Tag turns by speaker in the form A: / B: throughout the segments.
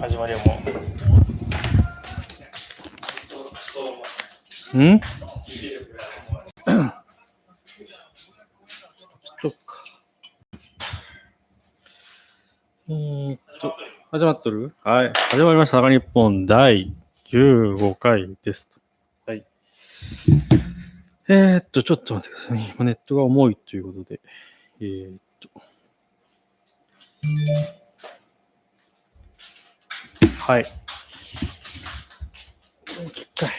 A: 始まりはもう。
B: んちょっと切っとくか。えーっと、始まっとるはい。始まりました。中日本第15回ですと。はい。えーっと、ちょっと待ってくださいね。今ネットが重いということで。えーっと。はい。切ったい。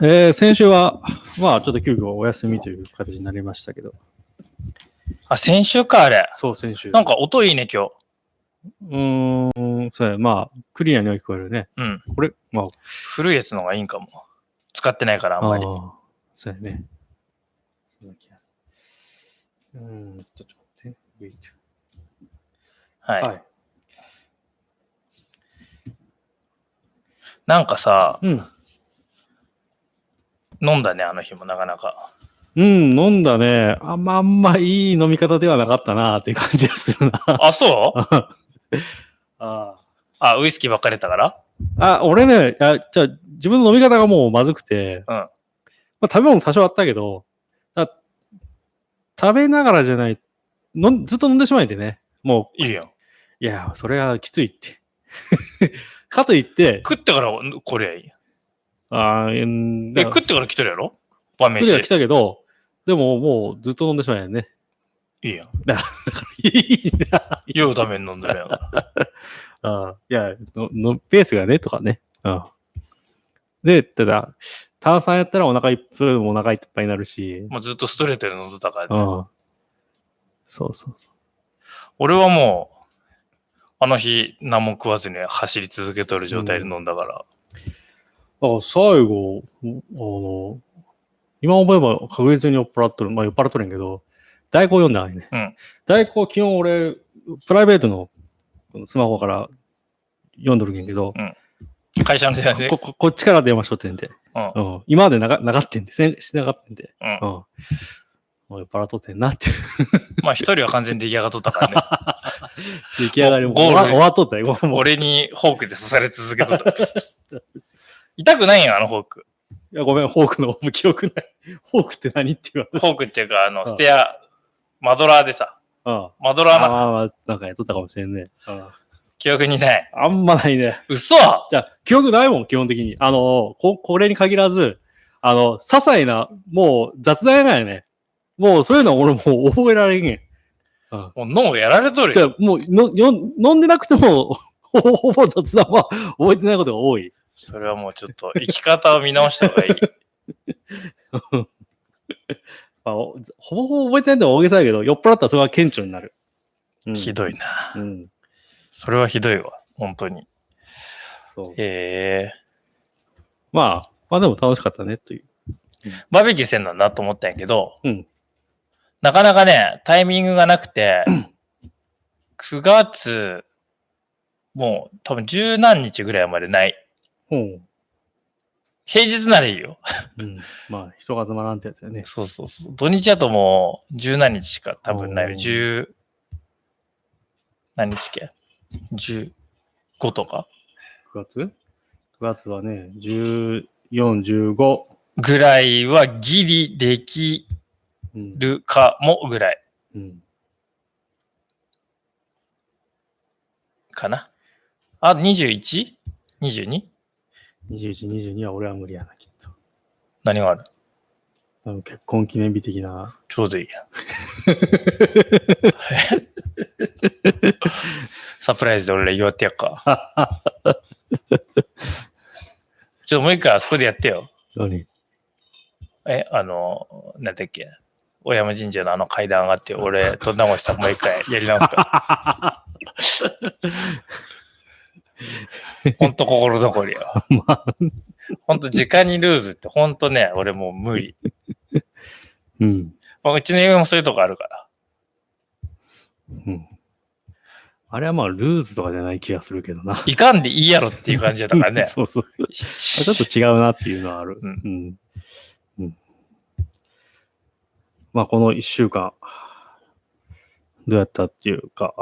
B: えー先週は、まあ、ちょっと急遽お休みという形になりましたけど、
A: あ、先週か、あれ。
B: そう、先週。
A: なんか音いいね、今日。
B: うーん、そうや、まあ、クリアには聞こえるね。
A: うん。
B: これ、まあ、
A: 古いやつの方がいいんかも。使ってないから、あんまり
B: あ。ーそうやね。そうだっけうーん、ちょっと待って。ウェイト
A: はい。
B: はい。
A: なんかさ、
B: うん。
A: 飲んだね、あの日もなかなか。
B: うん、飲んだね。あんま、あんまいい飲み方ではなかったなっていう感じがするな。
A: あ、そう
B: ああ。
A: あ、ウイスキーばっかりだったから
B: あ、俺ね、あじゃあ自分の飲み方がもうまずくて、
A: うん
B: まあ、食べ物多少あったけど、あ食べながらじゃないのん、ずっと飲んでしまいてね、も
A: いいやん。
B: う、いや、それはきついって。 かといって、
A: 食ってからこれゃいいや
B: あーうん
A: ん。で、
B: だから
A: 食ってから来てるやろ晩
B: 食っては
A: 飯
B: 来。たけど、でももうずっと飲んでしまいよね。
A: いいやん。
B: いいな。
A: 酔うために飲んで るやん。
B: あーいやのの、ペースがね、とかね。うん、で、ただ、炭酸やったらお腹いっぱい、それでもお腹いっぱいになるし、
A: もうずっとストレートで飲んでたからね、
B: うん。そうそうそ
A: 俺はもう、あの日何も食わずに走り続けとる状態で飲んだから。
B: う。あ最後、あの、今思えば確実に酔っ払っとる。まあ酔っ払っとるんやけど、代行読んだわけね。
A: うん
B: 代行、昨日俺、プライベートのこのスマホから読んどるけんけど、
A: 会社の部屋で
B: こ。ここっちから電話しとってんて。
A: うん
B: うん、今までなかなかってんて、せんしてなかったんで。
A: うん
B: うん。もう酔っ払っとってんな っていう
A: まあ一人は完全に出来上がっとったから
B: 出来上がりも
A: ゴー
B: 終
A: ル
B: わ終わっとったよ。
A: ね。
B: もう
A: 俺にフォークで刺され続けとった。プスプス痛くないよ、あのフォーク。
B: いやごめん、フォークの 記憶ない。フォークって何って言われ
A: フォークっていうか、あ
B: う
A: の、
B: ん
A: ステア、マドラーでさ、
B: た。うん
A: マドラー
B: あ
A: な
B: まあまあ、なんかやっとったかもしれんね。
A: 記憶にない。
B: あんまないね。
A: 嘘
B: じゃあ、記憶ないもん、基本的に。あの、ここれに限らず、あの、些細な、もう雑談やないね。もうそういうのは俺もう覚えられんげん。
A: もう脳やられとる
B: じゃ
A: よ。
B: あ、もうのよん飲んでなくても、 ほぼほぼ雑談は 覚えてないことが多い。
A: それはもうちょっと、生き方を見直した方がいい。
B: まあ、おほぼほぼ覚えてないってのは大げさだけど、酔っ払ったらそれは顕著になる。うん
A: ひどいな。
B: うん。
A: それはひどいわ。本当に。
B: そう。
A: へえ。
B: まあ、まあでも楽しかったね、という。
A: バーベキューせんなんだと思ったんやけど、
B: うん
A: なかなかね、タイミングがなく て、9月、もう多分十何日ぐらいまでない。
B: うん。
A: 平日ならいいよ。
B: うん。まあ、人が集まらんってやつやね。
A: そうそうそう。土日だともう十何日しか多分ない
B: おー
A: よ。十、何日系十五とか
B: 9月 ?9 月はね、14、15。
A: ぐらいはギリでき
B: うん。
A: るかもぐらい
B: うん、
A: かな。あ、21?22?
B: 21、22は俺は無理やな、きっと。
A: 何がある
B: 多分結婚記念日的な。
A: ちょうどいいや。 サプライズで俺ら祝ってやっか。ちょっともう一回あそこでやってよ。
B: 何
A: え、あの、なんだっけ。小山神社のあの階段上がって、俺、とんだもしさんもう一回やり直すか。 ほんと心残りよ。ほんと時間にルーズって、ほんとね、俺もう無理。
B: うん。
A: まあうちの嫁もそういうとこあるから。
B: うん。あれはまあ、ルーズとかじゃない気がするけどな。。
A: いかんでいいやろっていう感じだったからね
B: そうそう。あちょっと違うなっていうのはある。
A: うん
B: ん。うんまあ、この1週間、どうやったっていうか、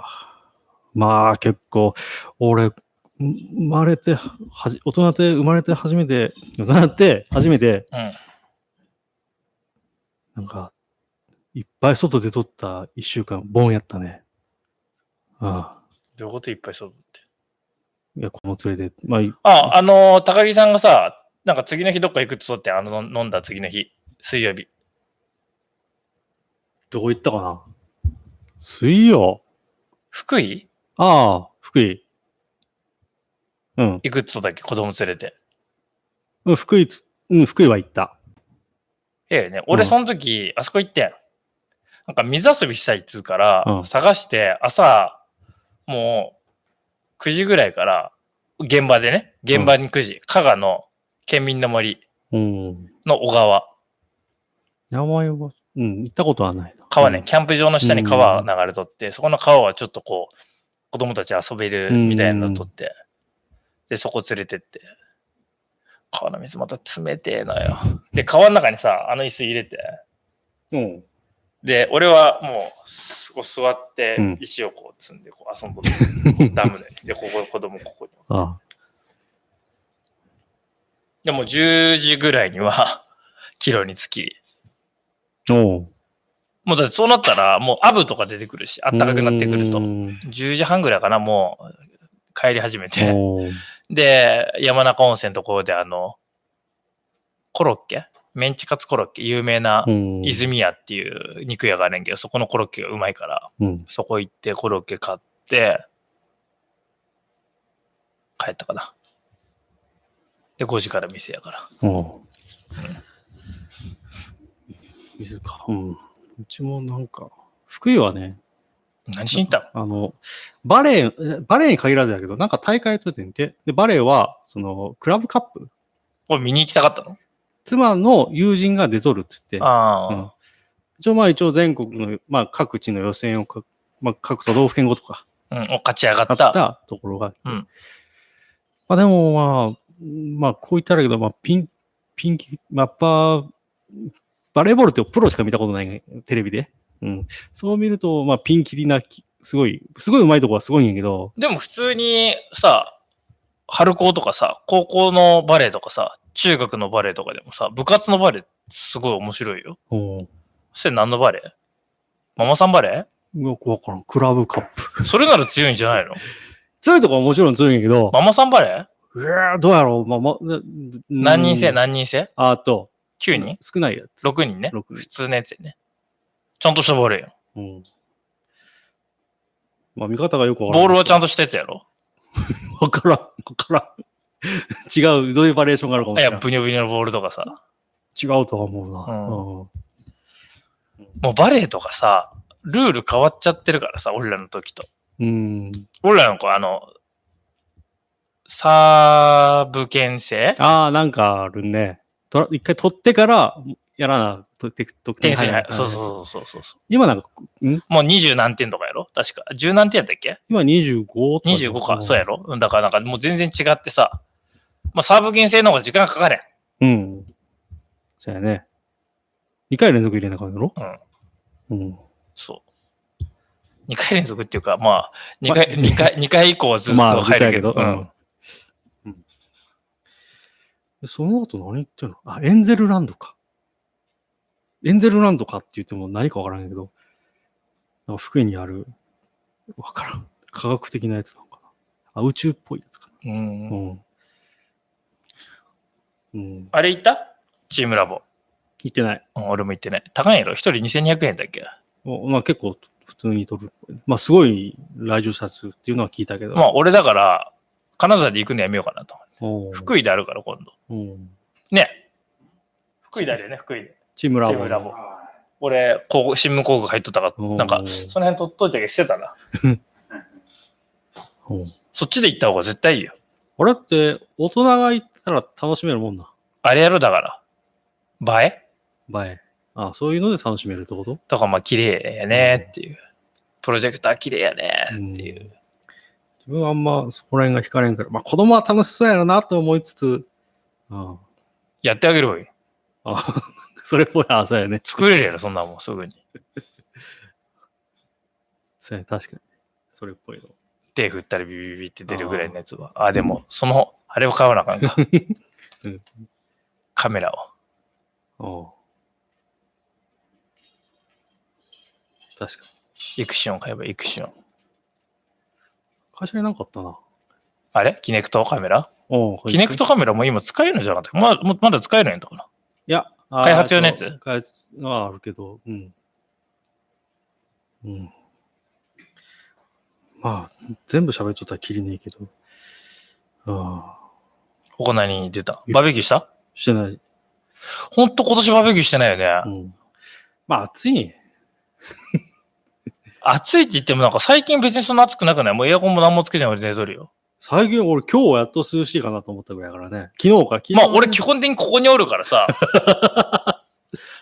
B: まあ結構、俺、生まれては、はじ大人って生まれて初めて、大人って初めて、
A: うん
B: なんか、いっぱい外で撮った一週間、ボンやったね。ああ。
A: どういうこといっぱいそうだって。
B: いや、この連れて、まあ、い
A: あ、あのー高木さんがさ、なんか次の日どっか行くってそうって、あの、飲んだ次の日、水曜日。
B: どこ行ったかな水曜
A: 福井
B: ああ、福井。うん。
A: 行くってそうだっけ、子供連れて。
B: うん福井つ、うん、福井は行った。
A: ええね、俺
B: うん
A: その時、あそこ行ってん。なんか水遊びしたいっつうから、
B: うん
A: 探して、朝、もう、9時ぐらいから、現場でね、現場に9時、加賀の県民の森
B: うん。
A: の小川、
B: 名前は、うん、行ったことはないな。
A: 川ね、キャンプ場の下に川が流れとって、そこの川はちょっとこう、子供たち遊べるみたいなのとって、で、そこ連れてって、川の水また冷てえのよ。で、川の中にさ、あの椅子入れて、
B: うん。うん。
A: で、俺はもうす、こう座って
B: うん、
A: 石をこう積んで、こう遊んぼ って、ダムで。で、ここ、子供ここに。
B: あ
A: でもう10時ぐらいには、 キロにつき。
B: あ。おう。
A: もうだってそうなったら、もうアブとか出てくるし、あったかくなってくると
B: う。 ん
A: 10時半ぐらいかな、もう、帰り始めて。
B: おう。
A: で、山中温泉のところで、あの、コロッケメンチカツコロッケ有名な
B: うん。
A: 泉屋っていう肉屋があるんやけど、そこのコロッケがうまいから、
B: うん。
A: そこ行ってコロッケ買って、帰ったかな。で、5時から店やから。
B: おう。水か。うん。うちもなんか、福井はね、
A: 何しに行ったの
B: あの、バレー、バレーに限らずだけど、なんか大会とってんて、で、バレーは、その、クラブカップ
A: これ見に行きたかったの
B: 妻の友人が出とるっつって、
A: ああ、
B: うん一応まあ一応全国の、まあ、各地の予選をか、まあ、各都道府県ごとか、
A: うん、お勝ち上が
B: あ
A: っ。
B: ったたところがあって、
A: うん
B: まあでもまあ、まあこう言ったらだけど、まあピン、ピンキ、まあやっぱ、バレーボールってプロしか見たことない、テレビで。うん。そう見ると、まあピンキリなき、すごい、すごい上手いとこはすごいんやけど、
A: でも普通にさ、春高とかさ、高校のバレーとかさ、中学のバレーとかでもさ、部活のバレーすごい面白いよ。
B: うん
A: それ何のバレーママさんバレ
B: よくわからん。クラブカップ。
A: ー それなら強いんじゃないの
B: 強いとこはもちろん強いんやけど、
A: ママさんバレー
B: うわーどうやろう、まあまあ、な
A: 何人制
B: うん
A: 何人制
B: あと、
A: ?9 人
B: 少ないやつ。
A: 6人ね。
B: 六人
A: 普通のやつやね。ちゃんとしたボールやん。
B: うん。まあ見方がよくわから
A: ボールはちゃん
B: ん
A: としたやつやろ。
B: わからん。わからん。違う、 どういうバリエーションがあるかも
A: い
B: しれ
A: や、
B: ない。
A: ブニョブニョのボールとかさ。
B: 違うとは思うな。
A: もうバレーとかさ、ルール変わっちゃってるからさ、俺らの時と。
B: うん。うん。
A: 俺らの子、あの、サーブ牽制
B: ああ、なんかあるね。とら一回取ってから、やらな、とて得点
A: 牽制に入る。
B: はい
A: そうそうそうそうそう。
B: 今なんか、
A: もう20何点とかやろ確か。10何点やったっけ
B: 今 25? とだ
A: ?25 か。そうや。ろうんだからなんかもう全然違ってさ。まあサーブ牽制の方が時間かかれん。
B: うん。そうやね。2回連続入れなあかんやろうん。
A: そう。2回連続っていうか、まあ、2回、二回、二回以降はずっと
B: まあ、
A: 入る
B: や
A: け
B: け
A: ど。
B: ど。
A: うん
B: うんでその後何言ってんのあ、エンゼルランドか。エンゼルランドかって言っても何かわからんけど、なんか福井にある、わからん。科学的なやつなのかな。あ、宇宙っぽいやつか
A: う
B: な。
A: ん
B: う。ん。うん。
A: あれ行ったチームラボ。
B: 行ってない。
A: うん俺も行ってない。高いやろ一人2200円だっけ
B: おまあ結構普通に取る。まあすごい来場者数っていうのは聞いたけど。
A: まあ俺だから、金沢で行くのやめようかなと。
B: おう
A: 福井であるから今度。
B: うん
A: ね福井だよね、福井で。
B: チームラ
A: チ
B: ボ。
A: ームラボ。俺、広告新聞広告入っとったか
B: お
A: ら、
B: う
A: なんか、その辺取っといたりしてたな。
B: うん
A: そっちで行った方が絶対いいよ。
B: あれって、大人が行ったら楽しめるもんな。
A: あれやろだから。映え
B: 映え。あそういうので楽しめるってこと
A: とか、まあ綺麗やねっていう。プロジェクター綺麗やねっていう。
B: 自分はあんまそこら辺が惹かれんから、まあ子供は楽しそうやろなと思いつつ、あ
A: やってあげるわよ。
B: あ、あ それっぽい、あそうやね。
A: 作れるやろ、そんなもん、すぐに。
B: そうやね、確かに。それっぽいの。
A: 手振ったらビビビビって出るぐらいのやつは。ああ、でも、その、あれを買わなあかんか
B: うん。
A: カメラを。
B: おう確かに。
A: イクシオン買えばイクシオン。
B: 会社になんかあったな。
A: あれキネクトカメラ
B: おう
A: キネクトカメラも今使えるのじゃなかったまもうまだ使えないんだから。
B: いや、
A: 開発用のやつ
B: あと開発はあるけど、うん。うん。まあ、全部喋っとったらきりねえけど。ああ、
A: ここ何出たバーベキューした
B: してない。
A: ほんと今年バーベキューしてないよね。
B: うん。まあ、暑いね。
A: 暑いって言ってもなんか最近別にそんな暑くなくないもうエアコンも何もつけてないで寝とるよ。
B: 最近俺今日はやっと涼しいかなと思ったぐらいだからね。昨日か、昨日。
A: まあ俺基本的にここにおるから さ。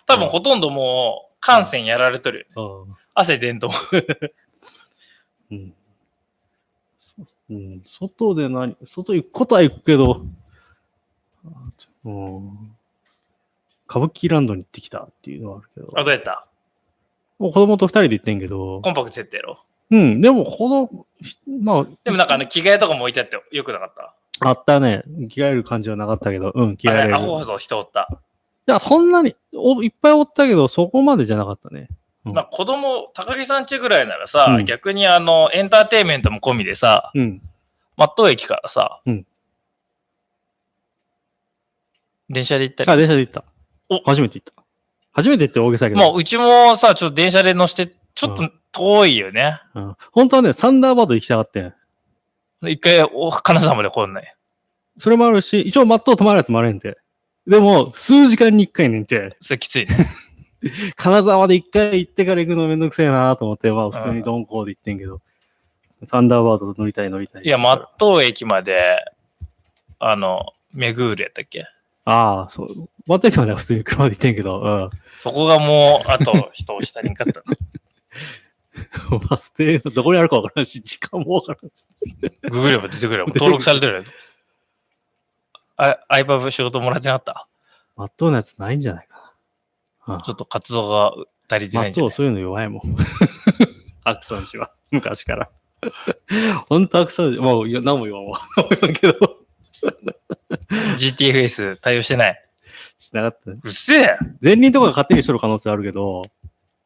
A: 多分ほとんどもう感染やられとるよ。
B: うん
A: 汗出んと思う。
B: うん。そうん、外で何、外行くことは行くけど、あちょうん。歌舞伎ランドに行ってきたっていうのはあるけど。
A: あ、どうやった
B: もう子供と二人で行ってんけど
A: コ、ンパクトやったやろ
B: うん、でもこの、ひまあ、
A: でもなんかあの着替えとかも置いてあってよくなかった。
B: あったね、着替える感じはなかったけど、うん、着替え
A: あ
B: ら
A: れ、
B: れ
A: ア
B: る。
A: ホ
B: い
A: ほど人おった。
B: や、そんなにお、いっぱいおったけど、そこまでじゃなかったね。うん
A: まあ子供、高木さんちぐらいならさ、
B: うん
A: 逆にあの、エンターテインメントも込みでさ、
B: うん。
A: 松任駅からさ、
B: うん
A: 電車で行ったり
B: あ、電車で行った。
A: お
B: 初めて行った。初めてって大げさやけど、
A: もううちもさ、ちょっと電車で乗して、ちょっと遠いよね。
B: うん、本当はね、サンダーバード行きたかったんや
A: 一回お、金沢まで来んない。
B: それもあるし、一応、マットを止まるやつもあるんで。でも、数時間に一回ねんて、
A: それきついね。
B: 金沢で一回行ってから行くのめんどくせえなと思って、まあ、普通に鈍行で行ってんけど、サンダーバード乗りたい乗りたい。
A: いや、松任駅まで、あの、メグールやったっけ
B: ああ、そう。マット駅までは普通に車で行ってんけど、
A: そこがもう、あと、人を下にんかった な。
B: うん。 バス停、どこにあるかわからんし、時間もわからんし。
A: ググれば出てくるよ。登録されてるよ。あ、iPub 仕事もらってなかった
B: マットのやつないんじゃないかな。うん
A: ちょっと活動が足りて
B: マ
A: ない
B: ッ
A: んじゃ
B: ト
A: ない
B: そういうの弱いも ん。アクソン氏は、昔 から。ほんとアクソン氏、もう、いや何も言わんわ。 何も言わんけど、
A: GTFS 対応してない。
B: しなかったね。
A: うっせえ
B: 前輪とかが勝手にしとる可能性あるけど、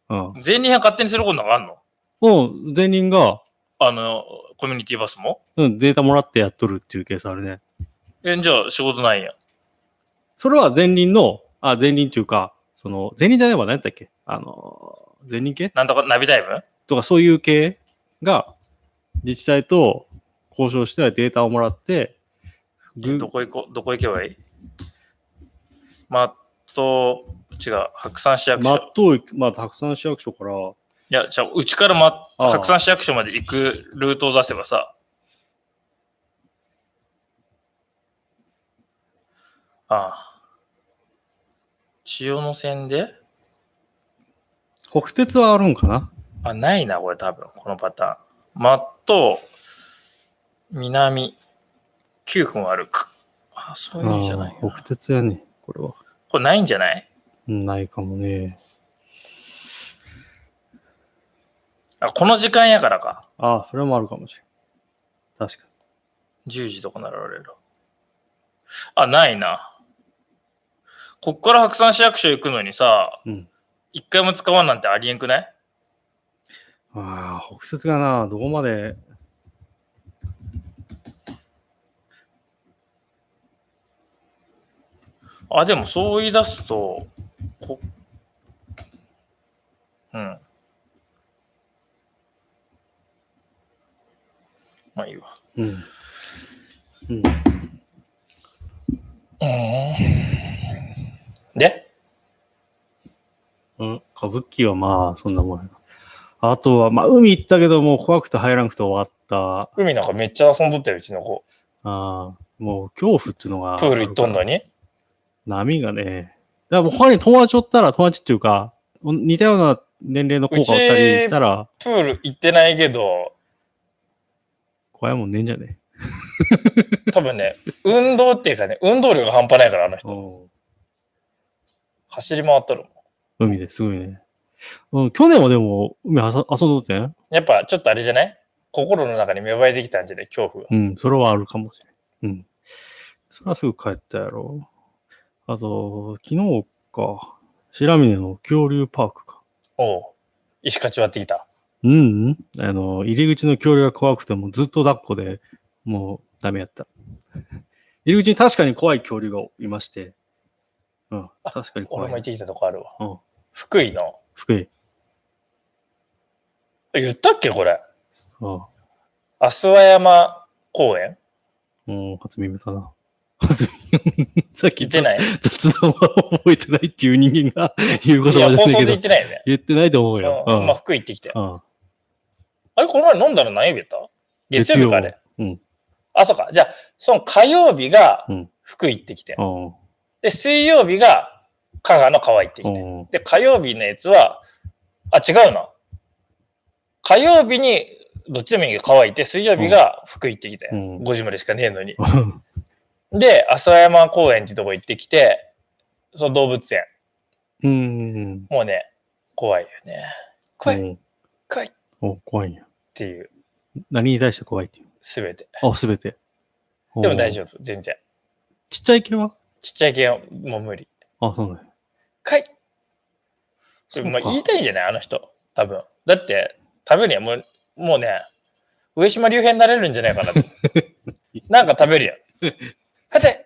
B: うん。
A: 全輪が勝手にすることなんかあんの
B: もう前輪が、
A: あの、コミュニティバスも
B: うん、データもらってやっとるっていうケースあるね。
A: え、じゃあ仕事ないやん。
B: それは前輪の、あ、前輪っていうか、その、前輪じゃないわ、何やったっけあの、前輪系
A: なんとかナビタイム
B: とかそういう系が、自治体と交渉してデータをもらって、
A: え
B: ぐ
A: どこ行こう、どこ行けばいいまっとう、違う、白山市役
B: ま
A: 所。
B: っとう、まあ、たくさん市役所から、
A: いや、じゃあ、うちから、ま、
B: ああ
A: 白山市役所まで行くルートを出せばさ。ああ。千代の線で
B: 国鉄はあるんかな
A: あ、ないな、これ多分、このパターン。まっとう、南、9分歩く。あ、そういう意味じゃない
B: あ
A: よ
B: ー
A: な
B: 国鉄やね、これは。
A: これないんじゃない
B: うんないかもね。
A: あ、この時間やからか。
B: ああ、それもあるかもしれん。確か
A: 10時とかなられる。あ、ないな。こっから白山市役所行くのにさ、
B: に。うん。
A: 一回も使わんなんてありえんくない
B: ああ、北節がな、どこまで。
A: あ、でもそう言い出すと、こうん。まあいいわ。
B: うん。うん。
A: で、
B: うん、歌舞伎はまあ、そんなもんやな。あとは、まあ、海行ったけど、もう怖くて入らなくて終わった。
A: 海なんかめっちゃ遊んどったよ、うちの子。
B: ああ、もう恐怖っていうのが。
A: プール行っとんのに。
B: 波がね。だからもう他に友達おったら、友達っていうか、お似たような年齢の子がおったりしたら、
A: プール行ってないけど、
B: 怖いもんねえんじゃね
A: 多分ね、運動っていうかね、運動量が半端ないから、あの人。
B: おう
A: 走り回っとるもん。
B: 海ですごいね。うん、去年はでも、海はさ遊んどってね。
A: やっぱちょっとあれじゃない心の中に芽生えてきたんじゃない恐怖が。
B: うん、それはあるかもしれん。うん。それはすぐ帰ったやろ。あと、昨日か、白峰の恐竜パークか。
A: おう。石かち割ってきた。
B: うん、うん、あの、入り口の恐竜が怖くてもずっと抱っこでもうダメ やった。入り口に確かに怖い恐竜がいまして、うん、
A: あ
B: 確かに怖
A: 俺
B: い。
A: も行ってきたとこあるわ。
B: うん
A: 福井の。
B: 福井。
A: え言ったっけこれ。
B: ああ、
A: 阿諏訪山公園
B: もう初耳かな。初耳。 さっき
A: 行ってない。
B: 雑談は覚えてないっていう人間が 言う言
A: いや、放
B: 葉じゃない
A: 送で
B: けど
A: 行っ、てないよね。
B: 言ってないと思うよ。
A: うんまあ、福井行ってきて。あれ、この前飲んだの何曜日やった月曜日かあれ。
B: 月曜うん
A: あ、そうか。じゃあ、その火曜日が
B: うん
A: 福井行ってきて、
B: うんうん
A: で、水曜日が香川の川行ってきて、
B: うん
A: で、火曜日のやつは、あ、違うな。火曜日にどっちでもいいけど川行って、水曜日が福井行ってきて、
B: うん
A: 5時までしかねえのに。で、阿蘇山公園ってとこ行ってきて、その動物園。
B: うん。
A: もうね、怖いよね。怖い、
B: い。
A: 怖いっ
B: お怖いんや。
A: ていう、
B: 何に対して怖いっていう。
A: すべて。
B: あ、すべて。
A: でも大
B: 夫。
A: 丈夫、全然。
B: ちっちゃい系は
A: ちっちゃい系はもう無理。
B: あ、そうね。
A: かい
B: そうか
A: まあ言いたいんじゃないあの人多分だって食べるやんもうもうね上島竜兵になれるんじゃないかな となんか食べるやん熱 い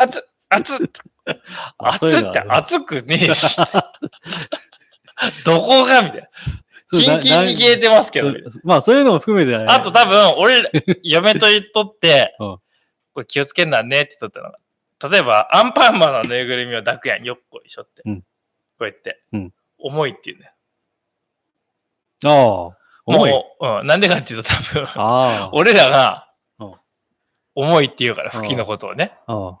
A: 熱っ熱っ熱
B: そういう
A: っ
B: の
A: って
B: ある
A: 熱くねえ しどこがみたいな
B: そう
A: キンキンに冷えてますけど、
B: そうまあ、そういうのも含めて、
A: あと多分俺ら嫁と言っとって、
B: うん
A: これ気をつけんなねって言っとったのが例えばアンパンマンのぬいぐるみを抱くやんよっこいしょって、
B: うん
A: こうやって、
B: うん
A: 重いっていうね
B: ああ、重い。
A: もう、うん、なんでかっていうと多分
B: ああ、
A: 俺らが
B: うん
A: 重いって言うから
B: うん
A: 吹きのことをね
B: ああ。あ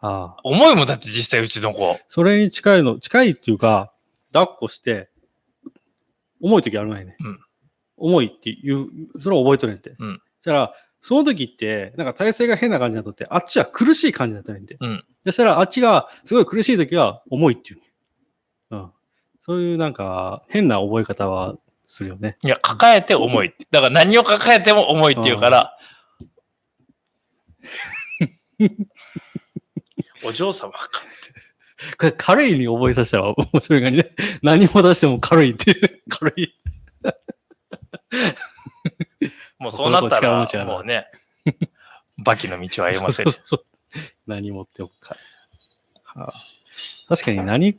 B: あ。
A: 重いもんだって実際うちの子
B: それに近いの、近いっていうか、抱っこして、重い時あるまいね。
A: うん
B: 重いっていう、それを覚えとれんて。
A: うん
B: そしたら、その時って、なんか体勢が変な感じになっとって、あっちは苦しい感じになっとれんて。
A: うん
B: そしたら、あっちがすごい苦しい時は重いっていう。うん。そういうなんか、変な覚え方はするよね。
A: いや抱えて重いってだから何を抱えても重いって言うから、お嬢様か
B: これ軽いに覚えさせたら面白い感じね。 何も出しても軽いっていう。 軽い。
A: もうそうなった
B: この子力持ち
A: ら
B: やな
A: もうねバキの道を歩ませる
B: そうそうそう何持っておくか。はあ、確かに何、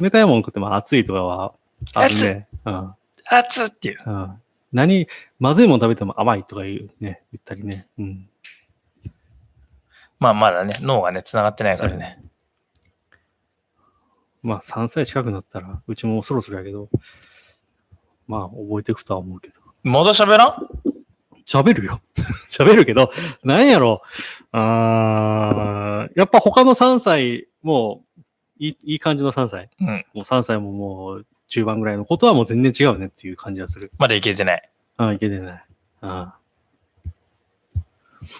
B: 冷たいもの食っても熱いとかはあるね。うん
A: 熱っっていう
B: うん、何、まずいもの食べても甘いとか言うね、言ったりね。うん。
A: まあまだね脳がねつながってないから
B: そう
A: ね
B: まあ3歳近くなったら、うちもそろそろやけど、まあ覚えていくとは思うけど。
A: まだ喋らん
B: 喋るよ。 喋るけど、なんやろ。あーやっぱ他の3歳もいい、いい感じの3歳。
A: うん
B: もう3歳ももう中盤ぐらいのことはもう全然違うねっていう感じがする。
A: まだいけてない
B: あいけてない。あ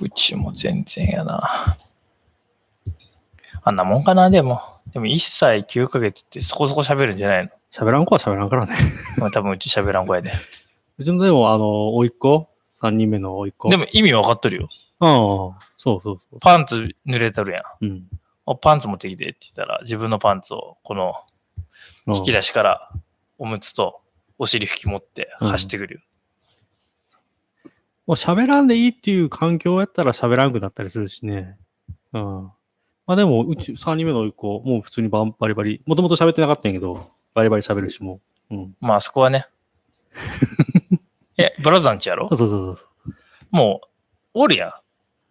A: うちも全然やなあんなもんかなでもでも1歳9ヶ月ってそこそこ喋るんじゃないの
B: 喋らん子は喋らんからね。
A: まあ多分うち喋らん声で。
B: うちのでも、あの、甥いっ子 ?3 人目の甥いっ子。
A: で
B: も、
A: も意味わかっとるよ。
B: ああ、そうそうそう。
A: パンツ濡れとるやん。
B: うん。
A: おパンツ持ってきてって言ったら、自分のパンツをこの引き出しからおむつとお尻拭き持って走ってくるよ。
B: もう喋らんでいいっていう環境やったら喋らんくなったりするしね。うん。まあでも、うち3人目の甥っ子、もう普通にバンバリバリ、もともと喋ってなかったんやけど、バリバリ喋るしもう。うん。
A: まああそこはね。え、ブラザンチやろ
B: そうそうそうそう。
A: もうおるや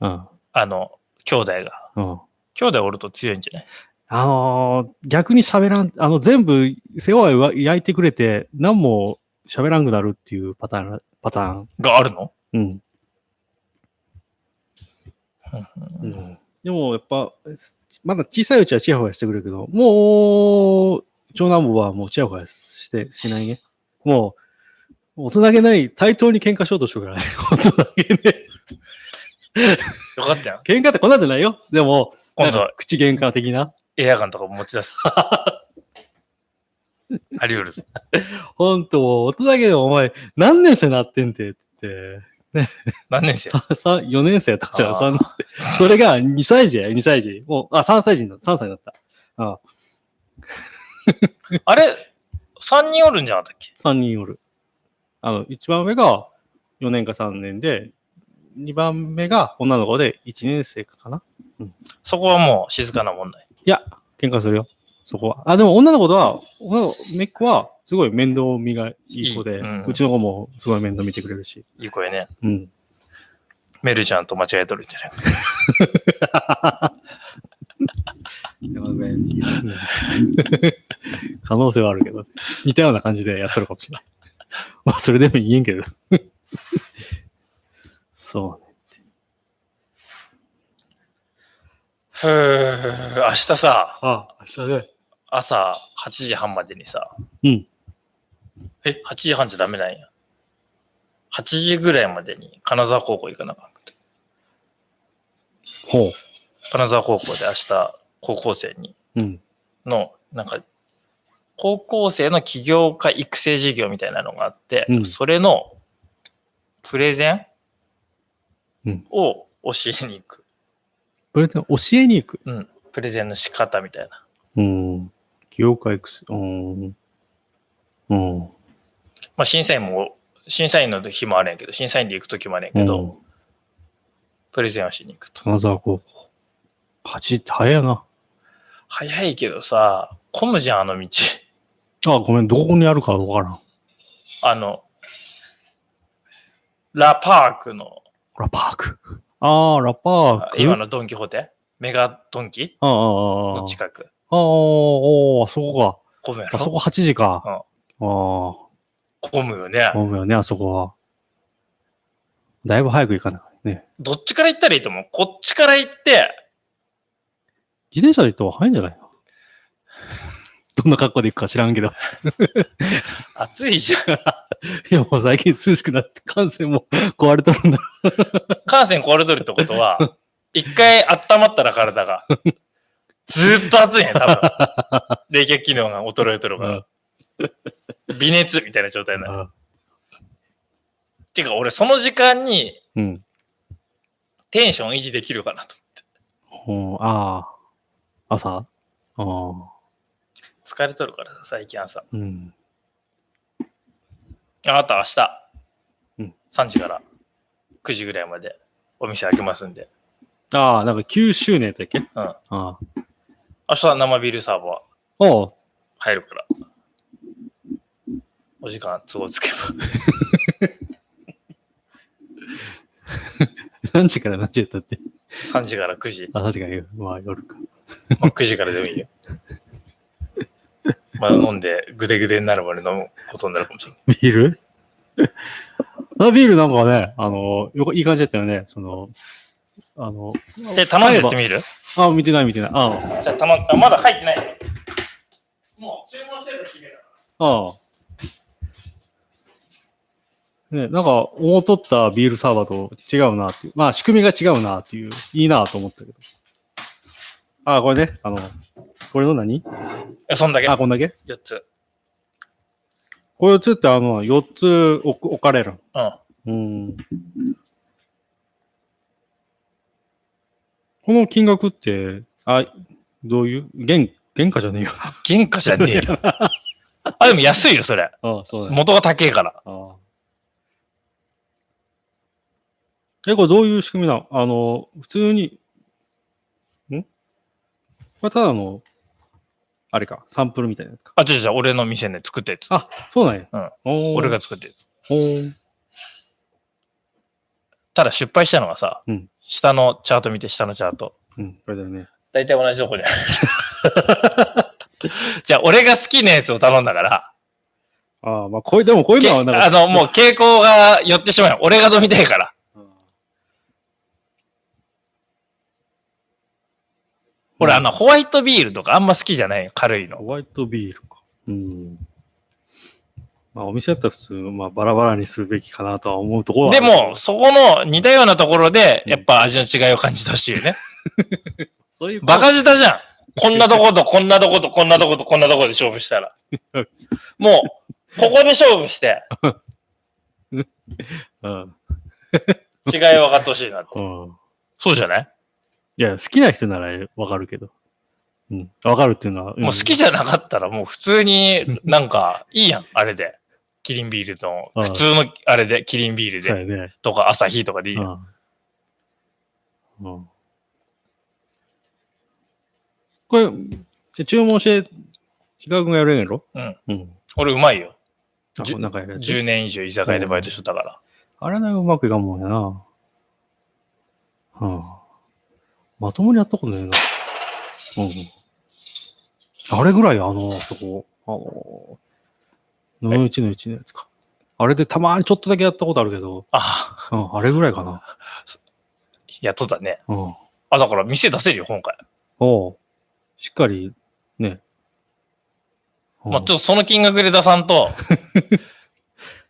A: ん。
B: うん。
A: あの、兄弟が。
B: うん。あ
A: 兄弟おると強いんじゃない
B: のー逆に喋らん、あの、全部、世話を焼いてくれて、何も喋らんくなるっていうパターン、パターン。
A: があるの、
B: う
A: う
B: ん。うんんでもやっぱ、まだ小さいうちはチヤホヤしてくれるけど、もう、長男坊はもうチヤホヤして、しないね。もう、大人げない、対等に喧嘩しようとしてるからね。 大人げない。
A: よかったやん。
B: 喧嘩ってこんなんじゃないよ。でも、
A: 今
B: なん
A: 度
B: か口喧嘩的な。
A: エアガンとか持ち出す。あり得る。
B: ほんと、もう大人けど、お前、何年生なってんて、って。
A: 何年生
B: ささ4年生やったじゃん、
A: あー
B: 三それが2歳児や、2歳児。もう、あ、3歳児になった、3歳になった。あ
A: あれ、3人おるんじゃなかったっけ
B: 3人おる。あの、一番上が4年か3年で、2番目が女の子で1年生かな
A: そこはもう静かな問題。
B: いや、喧嘩するよ、そこは。あ、でも女の子とは、女の子、めっ子は、すごい面倒見がいい子で、
A: いういうん
B: ちの子もすごい面倒見てくれるし。
A: いい声ね。
B: うん。
A: メルちゃんと間違えとるんじゃない
B: やばいうん 可能性はあるけど、似たような感じでやっとるかもしれない。まあ、それでも言えんけど。 そうね。
A: ふー、明日さ、
B: あ、明日で。
A: 朝8時半までにさ。
B: うん。
A: え、8時半じゃダメなんや。8時ぐらいまでに金沢高校行かなあかんくて。
B: ほ
A: 金沢高校で明日、高校生に、
B: う。うん。
A: の、なんか、高校生の起業家育成事業みたいなのがあって、
B: うん
A: それのプレゼン
B: うん
A: を教えに行く。
B: プレゼン教えに行く。
A: うん。プレゼンの仕方みたいな。
B: うん。業界くす、うん。うん。
A: まあ、審査員も、審査員の日もあるんやけど、審査員で行く時もあるんやけど、
B: うん、
A: プレゼンをしに行くと。
B: 金沢高校。8って早いな。
A: 早いけどさ、混むじゃん、あの道。
B: あ、ごめん、どこにあるかわからん。
A: あの、ラパークの、
B: ラパーク。ああ、ラパーク。
A: 今のドン・キホーテメガドンキ
B: ああ、ああ、ああ。
A: の
B: あ
A: 近く。
B: あ、おーあそこか。
A: 混むやろ
B: あそこ8時か。
A: う
B: あ
A: ん
B: あ、思
A: 混むよね。
B: うよね、あそこは。だいぶ早く行かない。ね。
A: どっちから行ったらいいと思うこっちから行って、
B: 自転車で行った方が早いんじゃないの どんな格好で行くか知らんけど。
A: 暑い じゃん。
B: いや、もう最近涼しくなって、感染も壊れとるんだ。
A: 感染壊れとるってことは、一回温まったら体が。ずーっと暑いね、多分。 冷却機能が衰えとるから。微熱みたいな状態になる。てか、俺、その時間に
B: うん。
A: テンション維持できるかなと。
B: うんああ。朝ああ。
A: 疲れとるからさ、最近朝。
B: うん。
A: あなた明日、
B: うん
A: 3時から9時ぐらいまでお店開けますんで、
B: ああ、なんか9周年やったっけうん。ああ。
A: 明日は生ビールサーバー
B: おう
A: 入るから、お時間都合つけば。
B: 何時から何時やったって。
A: 3時から9時、
B: あ、確かに。まあ、夜か。
A: まあ、9時からでも いいよ。まあ飲んでぐでぐでになるまで飲むことになるかもしれない。
B: ビール あビールなんかね、あの、よいい感じだったよね。その、あの、
A: え、頼んでやってみる
B: あ、見てない見てない。あ
A: じゃあ頼んあ、まだ入ってない。もう注文してるし、
B: あ、ああ。ね、なんか、思うとったビールサーバーと違うなっていう。まあ、仕組みが違うなっていう。いいなと思ったけど。ああ、これね。あの、これの何
A: え、そんだけ
B: あ、こんだけ
A: 4つ。
B: これをつって、あの、4つ置く置かれるん。
A: うん。
B: うん。この金額って、あ、どういう原、原価じゃねえよ。
A: 原価じゃねえよ。あ、でも安いよ、それ。
B: ああ、そうだね。
A: 元が高えから。
B: ああ。え、これどういう仕組みなのあの、普通に、んこれただの、あれか、サンプルみたいなやつか。
A: あ、違う違う、俺の店で作ったやつ。
B: あ、そうなんや。
A: うん
B: おー
A: 俺。が作ったやつ。
B: おー
A: ただ失敗したのがさ、
B: うん
A: 下のチャート見て、下のチャート。
B: うん、これだよね。
A: 大体同じとこじゃない。 じゃあ、俺が好きなやつを頼んだから、
B: ああ、まあ、これ、でもこういう
A: け
B: のはなんか、
A: あの、もう傾向が寄ってしまうよ。俺が飲みたいから。俺、あの、ホワイトビールとかあんま好きじゃないよ。軽いの。
B: ホワイトビールか。うん。まあ、お店だったら普通、まあ、バラバラにするべきかなとは思うところは
A: で
B: あるけど
A: も、、そこの似たようなところで、
B: うん
A: やっぱ味の違いを感じてほしいよね。
B: そういう
A: バカ舌じゃん。こんなとことこんなとことこんなとことこんなとこで勝負したら。もう、ここで勝負して、
B: うん。
A: 違い分かってほしいなと。
B: うん。
A: そうじゃない
B: いや、好きな人ならわかるけど。うん。わかるっていうのは。
A: もう好きじゃなかったらもう普通になんかいいやん、あれで。キリンビールと、
B: うん
A: 普通のあれで、キリンビール
B: そう
A: で
B: やね。
A: とか朝日とかでいいやん。
B: うん。うん。これ、え注文して、伊川君がやるんやろ
A: うん。
B: うん。
A: 俺うまいよ。
B: あ
A: じゅ
B: なんかやるやつ
A: 10年以上居酒屋でバイトしてたから。
B: あれなうまくいかんもんやな。うん。まともにやったことないな。うん。あれぐらい、あの、そこ、あの、のうちのうちのやつか。あれでたまにちょっとだけやったことあるけど、
A: ああ、
B: うん、あれぐらいかな。
A: やっとったね。
B: うん。
A: あ、だから店出せるよ、今回。
B: おうしっかり、ね。うん
A: まあ、ちょっとその金額で出さん と、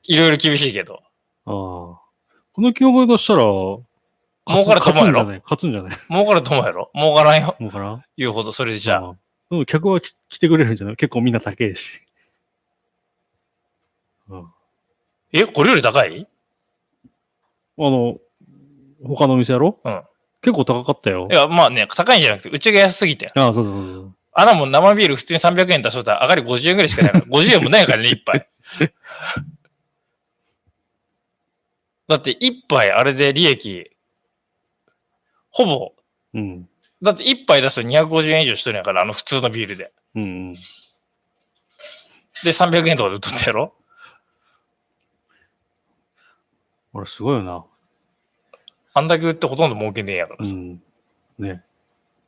A: いろいろ厳しいけど。
B: ああ。この記憶出したら、勝
A: 儲
B: つ
A: かると思うや
B: 勝つんじ
A: ろ
B: ゃない勝つんじゃない
A: 儲かると思うやろ儲からんよ。
B: もうかな
A: 言うほど、それでじゃあ。
B: あ。でも客はき来てくれるんじゃない結構みんな高いし。うん。あ
A: え、これより高い
B: の、他のお店やろ
A: うん。
B: 結構高かったよ
A: い。や、まあね、高いんじゃなくて、うちが安すぎて。
B: ああ、そうそうそうそう。
A: あらもう生ビール普通に300円出しとったら上がり50円ぐらいしかない から、50円もないからね、一杯。だって一杯あれで利益、ほぼ、
B: うん。
A: だって一杯出すと250円以上しとるんやから、あの普通のビールで。
B: うんうん。
A: で、300円とかで売っとったやろ
B: 俺すごいよな。
A: あんだけ売ってほとんど儲けねえやから
B: う
A: さ。
B: ん。ね。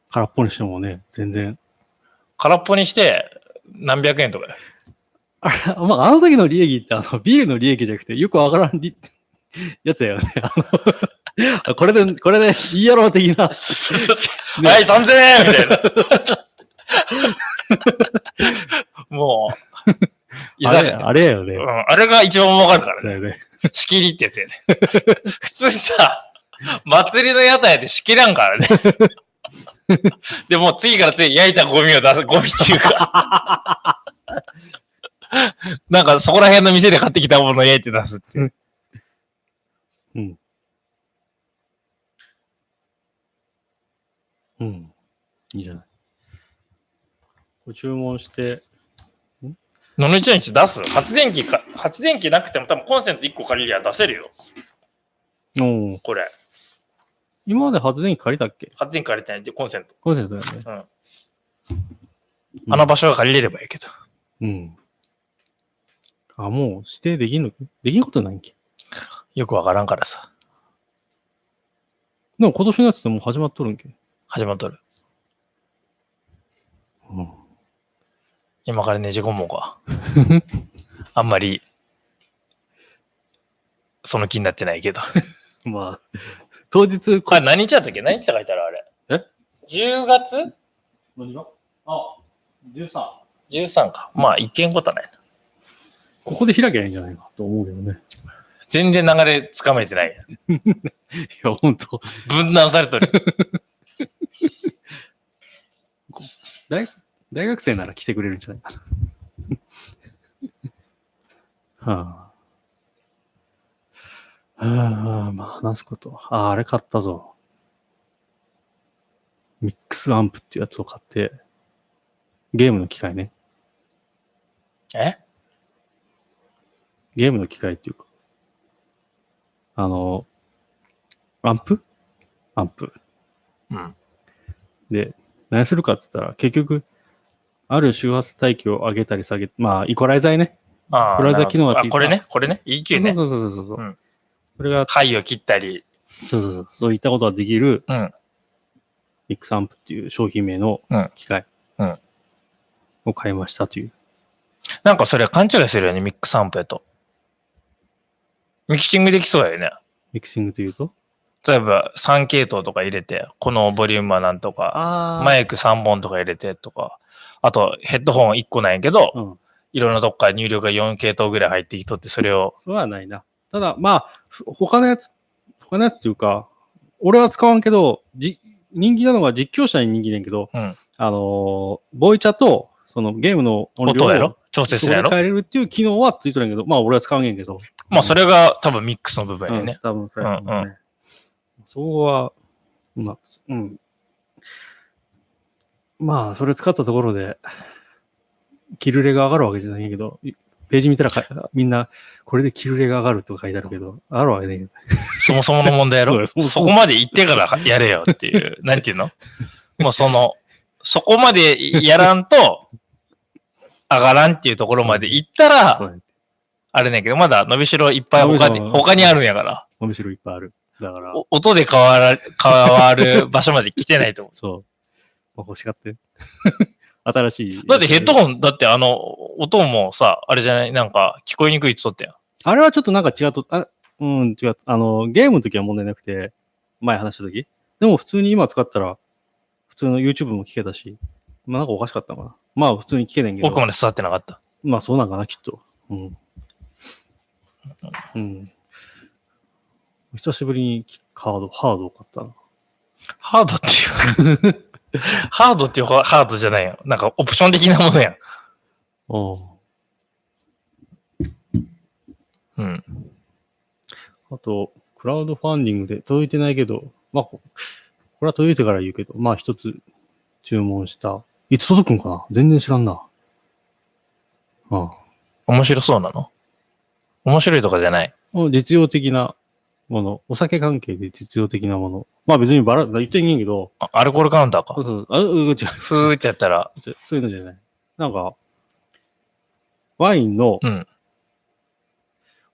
B: 空っぽにしてもね、全然。
A: 空っぽにして、何百円と かよ
B: あれ、まあ、あの時の利益って、あの、 ビールの利益じゃなくて、よくわからん利 やつやよね。 あのあこれで、これでいいやろ、的 な。
A: は
B: ね
A: い、3000円みたいな。 もう、 い
B: あ
A: ざ
B: れ、
A: ね
B: あれやよ
A: う
B: ね。
A: ん、あれが一番儲かるから
B: そ
A: ね。
B: うやね。
A: 仕切りってやつやね。普通さ、祭りの屋台で仕切らんから ね。でもう次から次へ焼いたゴミを出す、ゴミ中華。なんかそこら辺の店で買ってきたものを焼いて出すっていう。
B: うん。うん。いいじゃない。ご注文して、
A: ののちのち出す発電機か、発電機なくても多分コンセント1個借りりゃ出せるよ。
B: お
A: これ。
B: 今まで発電機借りたっけ
A: 発電機借りてないでコンセント。
B: コンセントだよね。
A: うん。
B: うん
A: あの場所が借りれればいいけど。
B: うん。あ、もう指定できんのできんことないんけ
A: よくわからんからさ。
B: でも今年のやつってもう始まっとるんけ
A: 始まっとる。
B: うん。
A: 今からねじ込もう か。あんまり、その気になってないけど。
B: まあ、 当日、
A: これ何日だったっけ何日だ書いてあるあれ。え ?10 月
B: 何があ、13。こ
A: ?13 か。まあ、一件ごとないな。
B: こで開けばいいんじゃないかと思うけどね。
A: 全然流れつかめてない。
B: いや、ほんと。
A: 分断されとる。
B: 大大学生なら来てくれるんじゃないか な。はあ。はあ、まあ話すこと。ああ、あれ買ったぞ。ミックスアンプっていうやつを買って、ゲームの機械ね。
A: え
B: ゲームの機械っていうか、あの、アンプアンプ。
A: うん。
B: で、何するかって言ったら、結局、ある周波数帯域を上げたり下げ、まあ、イコライザーね。
A: ああ。
B: ブラウザ機能が
A: なる
B: つい
A: ほ
B: た
A: どあこれね。これね。EQ ね。
B: そうそうそうそうそう。
A: うん
B: それが、
A: 貝を切ったり。
B: そうそうそう、そういったことができる、
A: うん
B: ミックスアンプっていう商品名の
A: うん
B: 機械
A: うん
B: を買いましたという。
A: なんかそれ勘違いするよね。ミックスアンプやと。ミキシングできそうやよね。
B: ミキシングというと
A: 例えば3系統とか入れて、このボリュームはなんとか、
B: あ
A: マイク3本とか入れてとか、あとヘッドホン1個なんやけど、
B: うん。
A: いろんなとこから入力が4系統ぐらい入ってきとって、それを、
B: そうはないな。ただ、まあ、ふ他のやつ、他のやつっていうか、俺は使わんけど、じ人気なのが実況者に人気ねんけど、
A: うん
B: あのーボイチャと、そのゲームの音量
A: 音やろ
B: を
A: 調整
B: そ
A: す
B: こ
A: るや
B: で
A: ろ
B: 変えれるっていう機能はついとるんやけど、まあ俺は使わんげんけど。
A: まあそれが多分ミックスの部分
B: う
A: や
B: ん、
A: ね。
B: 多分それ、ね
A: うんう
B: そこは、まあ、うん。まあ、それ使ったところで、キルレが上がるわけじゃないけど、ページ見たらかみんな、これでキルレが上がるとか書いてあるけど、上がるわけないけど。
A: そもそもの問題やろ
B: そうや
A: そ
B: そもそも
A: こまで行ってからやれよって いう。なんていうのもうその、そこまでやらんと、上がらんっていうところまで行った
B: そう
A: ら、
B: やね
A: あれねんけど、まだ伸びしろいっぱい他に、
B: 伸びしろ
A: 他にあるんやから。
B: お店いっぱいある。だから、
A: お音で変わら、変わる場所まで来てないと思
B: そう。まあ、欲しがって。 新しい。
A: う。だってヘッドホン、だってあの、音もさ、あれじゃない、なんか聞こえにくいって言っとったやん。
B: あれはちょっとなんか違うと、あうん、違う。あの、ゲームの時は問題なくて、前話した時。でも普通に今使ったら、普通の YouTube も聞けたし、まあなんかおかしかったのかな。まあ普通に聞けねんけど。
A: 奥まで座ってなかった。
B: まあそうなんかな、きっと。うん。うん。久しぶりにきカード、ハードを買ったな。
A: ハードっていうか ハードっていうかハードじゃないよ。なんかオプション的なものやん。うん。
B: あと、クラウドファンディングで届いてないけど、まあ、ここれは届いてから言うけど、まあ一つ注文した。いつ届くんかな全然知らんな。あ
A: 面白そうなの面白いとかじゃない。
B: あ実用的なもの。お酒関係で実用的なもの。まあ別にバラ、言ってんねんけど、
A: あアルコールカウンター
B: そ
A: か。
B: うそう、あ、うう違う、違う
A: ふーってやったら、
B: そういうのじゃない。なんか、ワインの、
A: うん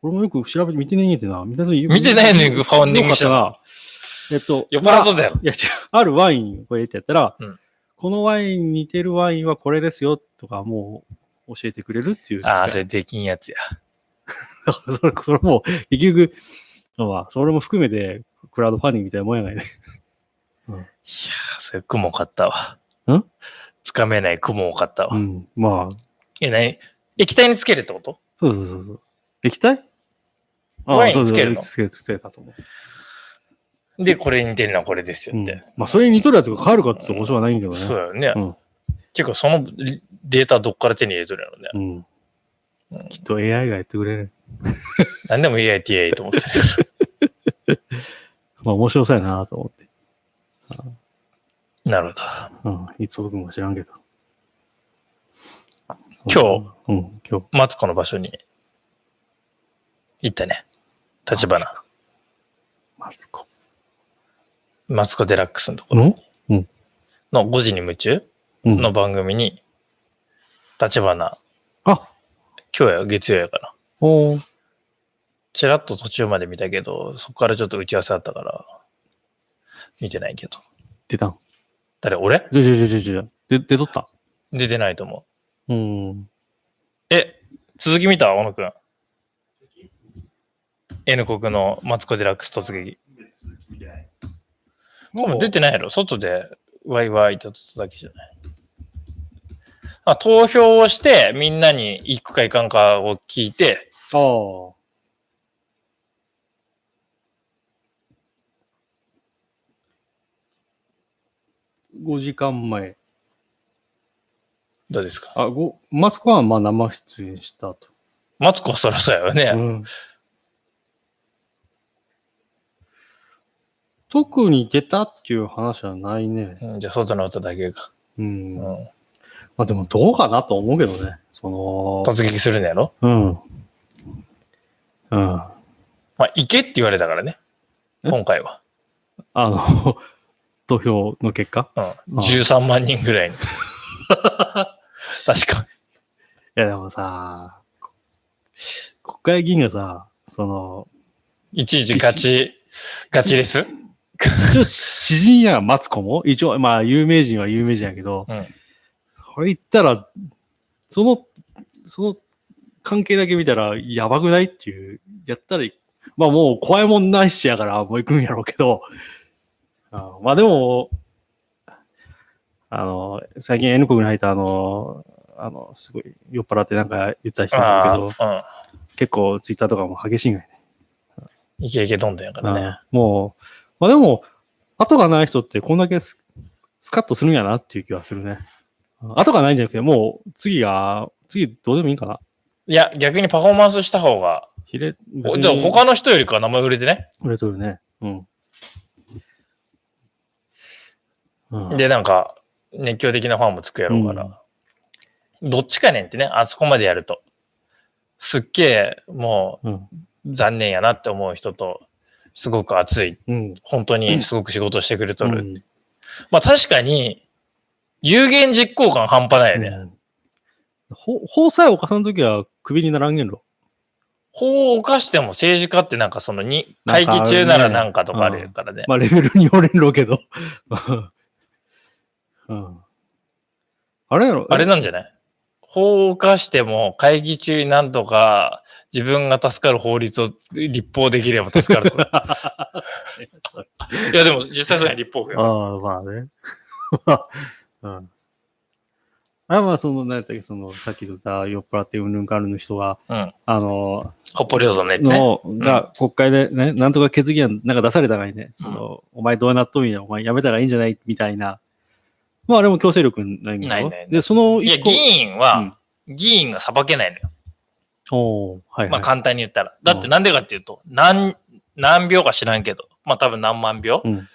B: 俺もよく調べて、見てねえんやてな。見たずに
A: 見てないのにファンディングした
B: ら、えっと、
A: 酔っ払っとったやろ
B: いや違う、 あるワインこれってやったら、
A: うん
B: このワインに似てるワインはこれですよとかもう教えてくれるっていう。
A: ああ、そ
B: それ
A: れできんやつや。
B: それそれも結局、まあ、それも含めてクラウドファンディングみたいなもんやないね。
A: いやー、それ雲買ったわ。
B: ん
A: つかめない雲を買ったわ。
B: うん。まあ、
A: え、何液体につけるってこと
B: そうそうそうそう。液体ああ
A: ワイン
B: そうそう
A: つけるの
B: つける、つけたと思う。
A: で、これに似てるのはこれです
B: う
A: よっ
B: ん
A: て。
B: まあ、それに似とるやつが変わるかって保証はないんだけどね。
A: そうよね。
B: うん
A: 結構そのデータどっから手に入れとるやろね。
B: うん
A: うん
B: きっと AI がやってくれる。
A: 何でも EITA と思ってる。
B: まあ、面白そうやなと思って。
A: なるほど。
B: うん。いつ届くのか知らんけど。
A: 今
B: 日うん、今日。
A: マツコの場所に行ったね。立花。
B: マツコ。
A: マツコデラックスのところ
B: の
A: の5時に夢中
B: うん
A: の番組に、立花、
B: あ、
A: 今日や月曜やから。
B: おー
A: ちらっと途中まで見たけど、そこからちょっと打ち合わせあったから、見てないけど。
B: 出たん。
A: 誰俺
B: じゃじゃじゃじゃじゃ。で、出とった。
A: 出てないと思う。
B: うん。
A: え、続き見た小野くん。N 国のマツコデラックス突撃。多分出てないやろ。外でワイワイとつだけじゃない。あ投票をして、みんなに行くか行かんかを聞いて、
B: ああ。5時間前。
A: どうですか
B: あ、ごマツコはまあ生出演したと。
A: マツコはそろそろやよね。
B: うん特に出たっていう話はないね。
A: うんじゃあ、外の音だけか。
B: うん。
A: う
B: ま
A: ん
B: あでもどうかなと思うけどね。その、
A: 突撃するんやろ
B: うん。うん。
A: まあ、行けって言われたからね。
B: え
A: 今回は。
B: あの、 投票の結果
A: うん。13万人ぐらい に。確か。
B: いやでもさ、こ国会議員がさ、その、
A: いちいちガ チ、ガチレス
B: 一応詩人やマツコも、一応、まあ有名人は有名人やけど、
A: うん
B: それ言ったら、その、その関係だけ見たらやばくないっていう、やったら、まあもう怖いもんないしやから、もう行くんやろうけど、あまあでも、あの、最近 N 国に入ったあの、あの、すごい酔っ払ってなんか言った人なんだけど、
A: ああ、
B: 結構ツイッターとかも激しいんやね。
A: うん。いけいけどんどんやからね。
B: もう、まあでも、後がない人ってこんだけすスカッとするんやなっていう気はするね。後がないんじゃなくて、もう次が、次どうでもいいかな。
A: いや、逆にパフォーマンスした方が、
B: ひれ、
A: おでも他の人よりかは名前売れてね。
B: 売れとるね。うん。うん
A: で、なんか、熱狂的なファンもつくやろうから。どっちかねんってね、あそこまでやると。すっげえ、も
B: うん
A: う、残念やなって思う人と、すごく熱い、
B: うん。
A: 本当にすごく仕事してくれとる。
B: うん
A: まあ確かに、有言実行感半端ないよね。
B: うんほ法さえ犯さんときは首にならんげんろ。
A: 法を犯しても政治家ってなんかそのに
B: なん
A: 会
B: かあるね
A: 期中ならなんかとかあるからね。
B: まあ、レベルによれんろうけど。 うん、あれやろ
A: あれなんじゃない法を犯しても会議中になんとか自分が助かる法律を立法できれば助かると か。いやでも実際それは立法府よ。
B: ああ、まあね。 まあ、うん。あれはまあ、その、なんやったっけ、その、さっき言った酔っ払ってうんぬんかんぬんの人が、
A: うん。
B: あの、
A: 北方領土のやつね。
B: の、が、国会でね、なんとか決議案なんか出されたがにね、その、お前どうなっとんや、お前やめたらいいんじゃないみたいな。まあ、あれも強制力ないんだ
A: ない
B: よ
A: ないない
B: で、その
A: いや、
B: 一個。
A: 議員は、議員が裁けないのよ。
B: うん、おーはい、はい。
A: まあ簡単に言ったら。だってなんでかっていうと、何、何秒か知らんけど、まあ多分何万秒
B: うん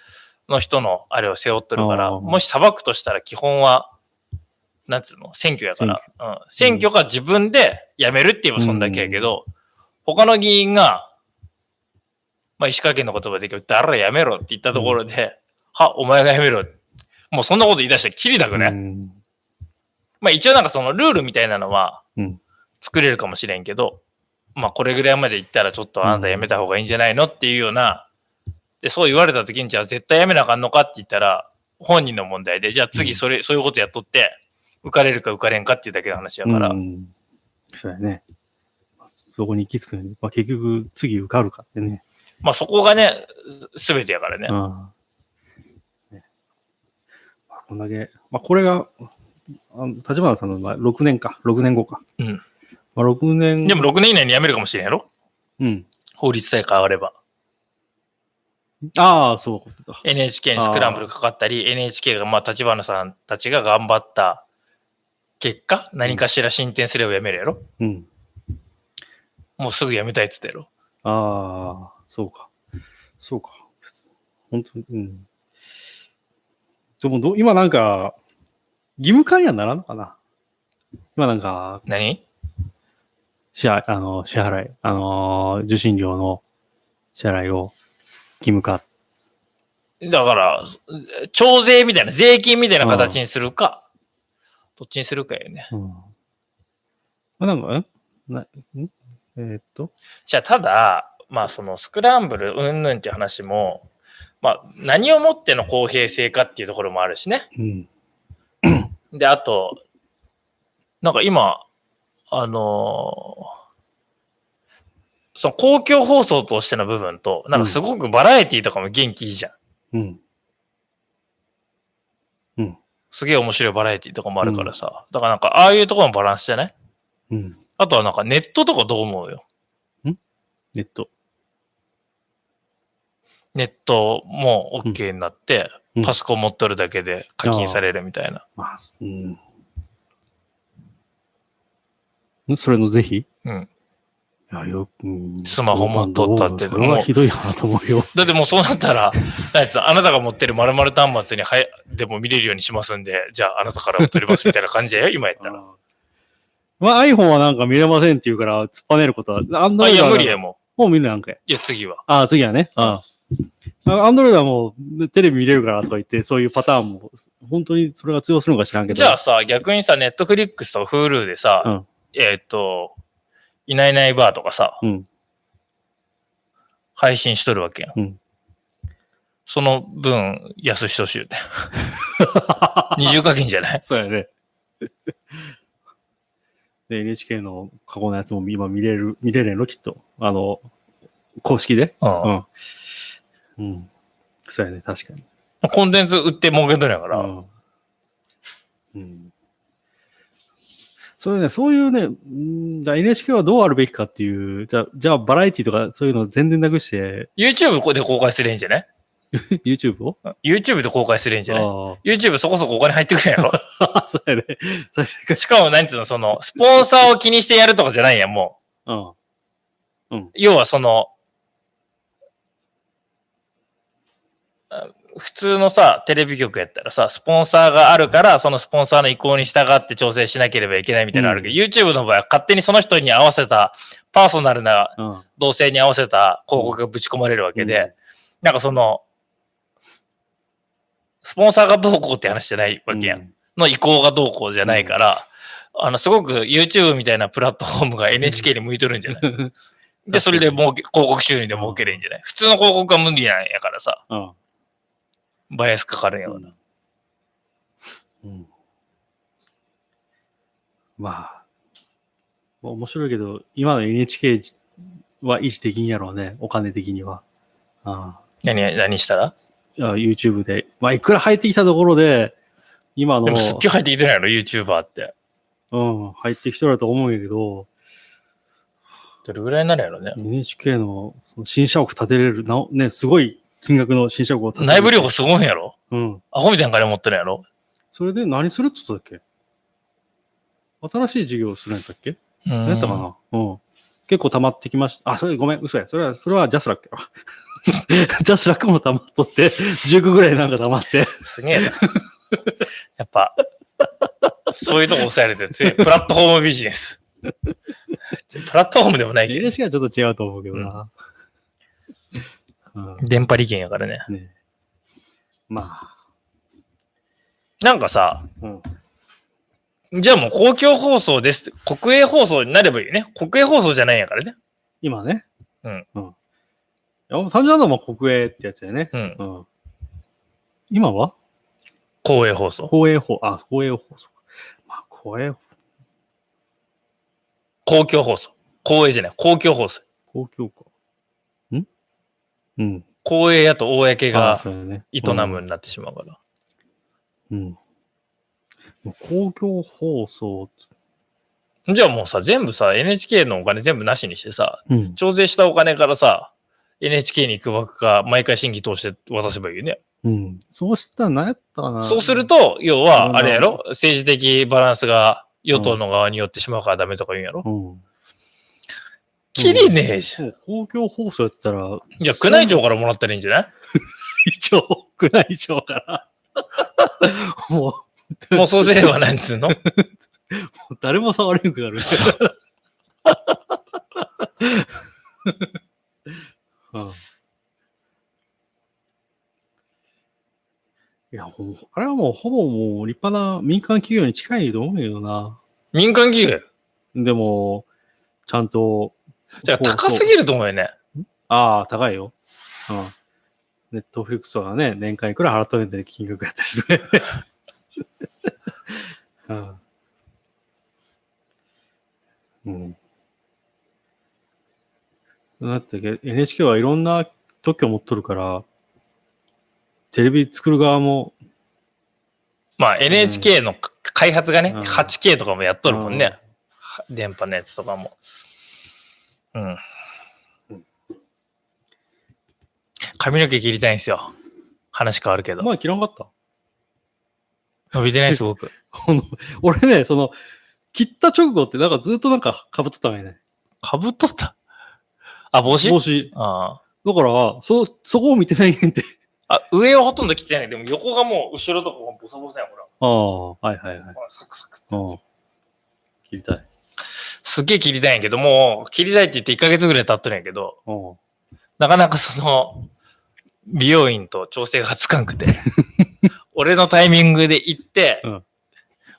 A: の人のあれを背負ってるか
B: あ
A: ら、
B: ー
A: もし裁くとしたら基本は、なんつうの、選挙やから。うん、選挙が自分で辞めるって言えばそんだけやけど、他の議員が、まあ石川県の言葉で言うけど、誰やめろって言ったところで、は、お前が辞めろ。もうそんなこと言い出したらキリだくね。
B: うん
A: まあ一応なんかそのルールみたいなのは
B: うん
A: 作れるかもしれんけど、まあこれぐらいまでいったらちょっとあなたやめた方がいいんじゃないのっていうような、で、そう言われた時にじゃあ絶対やめなあかんのかって言ったら、本人の問題で、じゃあ次それ、そういうことやっとって、受かれるか受かれんかっていうだけの話やから、
B: うん、そうやね。そこに行き着くのに、まあ、結局、次受かるかってね。
A: まあそこがね、すべてやからね
B: うん。ねまあ、こんだけ、まあ、これが、あの立花さんの、まあ、6年か、6年後か。
A: うん
B: まあ、6年
A: でも6年以内に辞めるかもしれんやろ
B: うん。
A: 法律さえ変われば。
B: ああ、そういうことだ。
A: NHK にスクランブルかかったり、NHK が、まあ、立花さんたちが頑張った結果、何かしら進展すれば辞めるやろ、
B: うん。
A: もうすぐ辞めたいっつったやろ
B: ああ、そうか。そうか。本当に、うん。でもど、今なんか、義務化にはならんのかな今なんか、
A: 何
B: 支払い、あの、支払い、あのー受信料の支払いを義務化。
A: だから、徴税みたいな、税金みたいな形にするか、どっちにするかよね。
B: うん。あ、なんか、んなんえーっと、
A: じゃあ、ただ、まあ、そのスクランブルうんぬんっていう話も、まあ、何をもっての公平性かっていうところもあるしね。
B: うん。
A: で、あと、なんか今、あのーその公共放送としての部分と、なんかすごくバラエティとかも元気いいじゃん。
B: うん。
A: すげえ面白いバラエティとかもあるからさ。だからなんか、ああいうところのバランスじゃない
B: うん。
A: あとはなんかネットとかどう思うよ。
B: ネット。
A: ネットも OK になって、
B: うん
A: パソコン持っとるだけで課金されるみたいな。
B: まあ、うん。んそれの是非
A: うん。
B: いや、よく、うん
A: スマホ持っとったって
B: どうなんだろうそれはひどいなと思うよ。
A: だってもうそうなったら、 なんやつあなたが持ってる〇〇端末にはやでも見れるようにしますんで、じゃああなたからも取りますみたいな感じ やよ、今やったら。
B: まあ iPhone はなんか見れませんって言うから、突っぱねることは、アンド
A: あ、
B: ロ
A: い
B: イド
A: や、
B: は
A: 無理や、も
B: もう見るなんかや。
A: う。いや、次は。
B: ああ、次はね。ああ。アンドロイドはもうテレビ見れるからとか言って、そういうパターンも、本当にそれが通用するのか知らんけど。
A: じゃあさ、逆にさ、ネットフリックスとか Hulu でさ、
B: うん
A: えーっと、いないいないバーとかさ、
B: うん
A: 配信しとるわけやん。
B: うん
A: その分、安しと しゅうて。二重課金じゃない
B: そうやね。で、NHK の過去のやつも今見れる、見れるのきっと。あの、公式で。
A: うん
B: うんうん。そうやね、確かに。
A: コンテンツ売って儲けとるんやから、
B: うん。うん。そういうね、そういうね、うんじゃあ NHK はどうあるべきかっていう、じゃあ、じゃあバラエティとかそういうの全然なくして、
A: YouTube ここで公開すれんじゃない
B: YouTube を
A: YouTube で公開するんじゃない
B: あ
A: ?YouTube そこそこお金入ってくるんや ろ
B: あ。 そうやね。 再生回
A: し
B: 数。
A: かも、なんつうの、その、スポンサーを気にしてやるとかじゃないやん、も
B: うん。
A: う。要は、その、あ普通のさ、テレビ局やったらさ、スポンサーがあるから、そのスポンサーの意向に従って調整しなければいけないみたいなのあるけど、YouTube の場合は勝手にその人に合わせた、パーソナルな
B: うん。
A: 動線に合わせた広告がぶち込まれるわけで、
B: うん
A: なんかその、スポンサーがどうこうって話じゃないわけやん。
B: うん。
A: の意向がどうこうじゃないから、あの、すごく YouTube みたいなプラットフォームが NHK に向いとるんじゃ ない、で、それで儲け、広告収入で儲けれんじゃない普通の広告は無理なんやからさ、
B: うん。
A: バイアスかかるんやろな。
B: うん。まあ、まあ面白いけど、今の NHK は維持的にやろうね、お金的には。あ
A: 何、何したら
B: ああ YouTube で。まあ、いくら入ってきたところで、今
A: で
B: の
A: も、、すっげえ入ってきてないやろ ?YouTuber って。
B: うん、入ってきてると思うんやけど、
A: どれぐらいになるやろね。
B: NHK のその新社屋建てれる、なおね、すごい金額の新社屋を建てれる。
A: 内部留保すごいんやろ
B: うん。
A: アホみたいな金持ってるんやろ
B: それで何するって言ったっけ新しい事業をするんやったっけ
A: う
B: 何やったか
A: ん。
B: なうん。結構溜まってきました。あ、それごめん、嘘や。それは、それはジャスラックやわ ジャスラックも溜まっとって、19ぐらいなんか溜まって。
A: すげえな。やっぱ、そういうとこ抑えるって強い。プラットフォームビジネス。プラットフォームでもないけど、
B: NHK はちょっと違うと思うけどな。うん。
A: 電波利権やからね。
B: ねま
A: なんかさ、
B: あ、うん。
A: じゃあもう公共放送ですって。国営放送になればいいね。国営放送じゃないんやからね。
B: 今ね。
A: うん。
B: うん。いや、もう単純なのはもう国営ってやつやね。
A: うん。
B: うん。今は
A: 公営放送。
B: 公営法、あ、公営法、そうかまあ、公営法、
A: 公共放送。公営じゃない。公共放送。
B: 公共か。んうん。
A: 公営やと公
B: あ
A: が
B: そうだね
A: 営むになってしまうから。
B: うん。公共放送。
A: じゃあもうさ、全部さ、NHK のお金全部なしにしてさ、
B: うん。
A: 調整したお金からさ、NHK に行くばくか、毎回審議通して渡せばいいよね。
B: うん。そうしたら何やったかな。
A: そうする
B: と。
A: と、要
B: う
A: は、
B: ん
A: あれやろ政治的バランスが与党の側によってしまうからダメとか言うんやろ
B: うん。
A: きりねえじゃん。
B: そう、公共放送やったら。
A: じゃあ、宮内庁からもらったらいいんじゃない
B: 庁。宮内庁から。 もう、
A: もうそうすればなんつうの
B: 誰も触れなくなる。
A: そう
B: うん。いや、もう、あれはもう、ほぼもう、立派な民間企業に近いと思うけどな。
A: 民間企業よ
B: でも、ちゃんと。
A: じゃあ
B: こう
A: 高すぎると思うよね。
B: ああ、高いよ。うん。ネットフリックスはね、年間いくら払っとるんで金額やったりする ね。うん。うん。だってけ NHK はいろんな特許を持っとるから、テレビ作る側も、
A: まあ NHK の開発がね、
B: うん
A: 8K とかもやっとるもんね。電波のやつとかも。うん
B: うん。
A: 髪の毛切りたいんですよ。話変わるけど。
B: 前切らんかった。
A: 伸びてないすごく。
B: この俺ね、その、切った直後ってなんかずっとなんか被っとったわけね。
A: かぶっとった。あ、帽子
B: 帽子。
A: あ
B: だから、そ、そこを見てないんで。
A: ああ、上はほとんど着てない。でも横がもう後ろとかもボサボサやん、ほら。
B: ああ、はいはいはい。
A: ほらサクサク。
B: うん。切りたい。
A: すっげえ切りたいんやけど、もう切りたいって言って1ヶ月ぐらい経ってるんやけど、
B: うん。
A: なかなかその、美容院と調整がつかんくて、 俺のタイミングで行って、
B: うん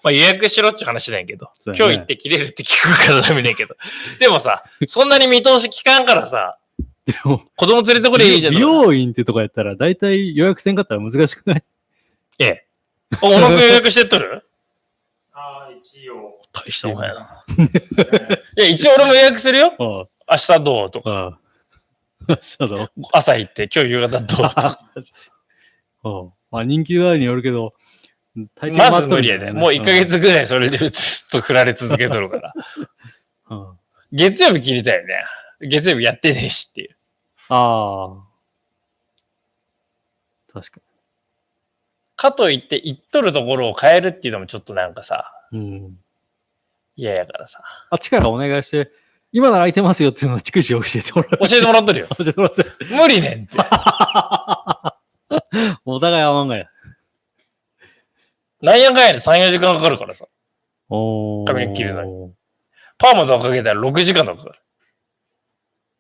A: まあ、予約しろっちゅう話なんやけど、
B: そうやね
A: 今日行って切れるって聞くからダメだけど、でもさ、そんなに見通し聞かんからさ、
B: でも、
A: 子供連れてこれいいじゃん。
B: 美容院ってとかやったら、大体予約せんかったら難しく ない
A: ええ。お、小野君予約してっとる ああ、一応。大したもんや な。いや、一応俺も予約するよ。
B: あ
A: 明日どうと
B: あ、
A: か、
B: あ あ。そうだろ
A: 朝行って、今日夕方どうとか。
B: うんまあ、人気度合いによるけど、大
A: まず無理や
B: ね
A: ね。もう1ヶ。月ぐらいそれでずっと振られ続けとる から。
B: うんうんあ
A: 月曜日切りたいよね。月曜日やってねえしっていう。
B: あ。確か
A: かといって、行っとるところを変えるっていうのもちょっとなんかさ、
B: に。うん。
A: 嫌やからさ。
B: あっちからお願いして、今なら空いてますよっていうのを逐次教えてもらう。
A: 教えてもらっと るよ。
B: 教えてもらって。
A: 無理ねんって。
B: お互い合わんがや。
A: なんやかんやで3、4時間かかるからさ。
B: おー
A: 髪の毛切るのパーマとかかけたら6時間とかかかる。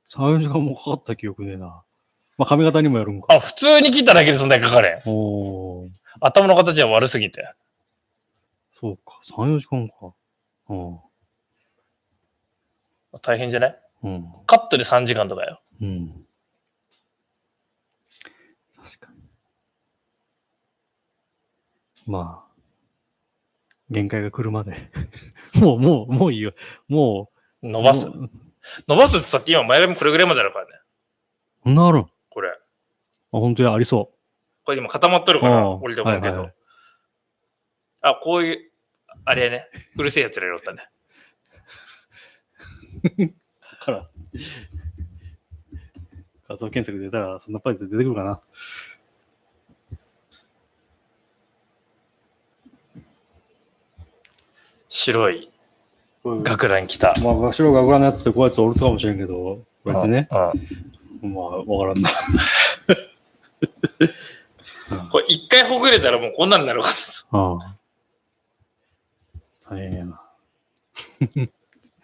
B: 3、4時間もかかった記憶ねえな。まあ髪型にもよるん
A: あ、
B: か。
A: 普通に切っただけでそんだけかかれん。
B: おー
A: 頭の形は悪すぎて。
B: そうか。3、4時間か。うん。
A: 大変じゃない
B: うん。
A: カットで3時間とかよ。
B: うん。確かに。まあ。限界が来るまで。 もう、もう、もういいよ。もう。
A: 伸ばす
B: も。う
A: 伸ばすってさっき今前髪これぐらいまであるからね。
B: そんなあるんあ、
A: これ。
B: 本当にありそ
A: これ今固まっとる
B: う。
A: から、
B: うん
A: 俺でも思うけど。
B: はいはいはい
A: あ、こういう、あれやね。うるせえやつらやろったね。
B: から。画像検索で出たら、そんなパイズ出てくるかな。
A: 白い学ラン着た。
B: まあ、わしろがぐらのやつってこうやつおるかもしれんけど、別にね。
A: うん。
B: まあ、わからんな。
A: これ一回ほぐれたらもうこんなんなるからさ。
B: ああ。大変やな。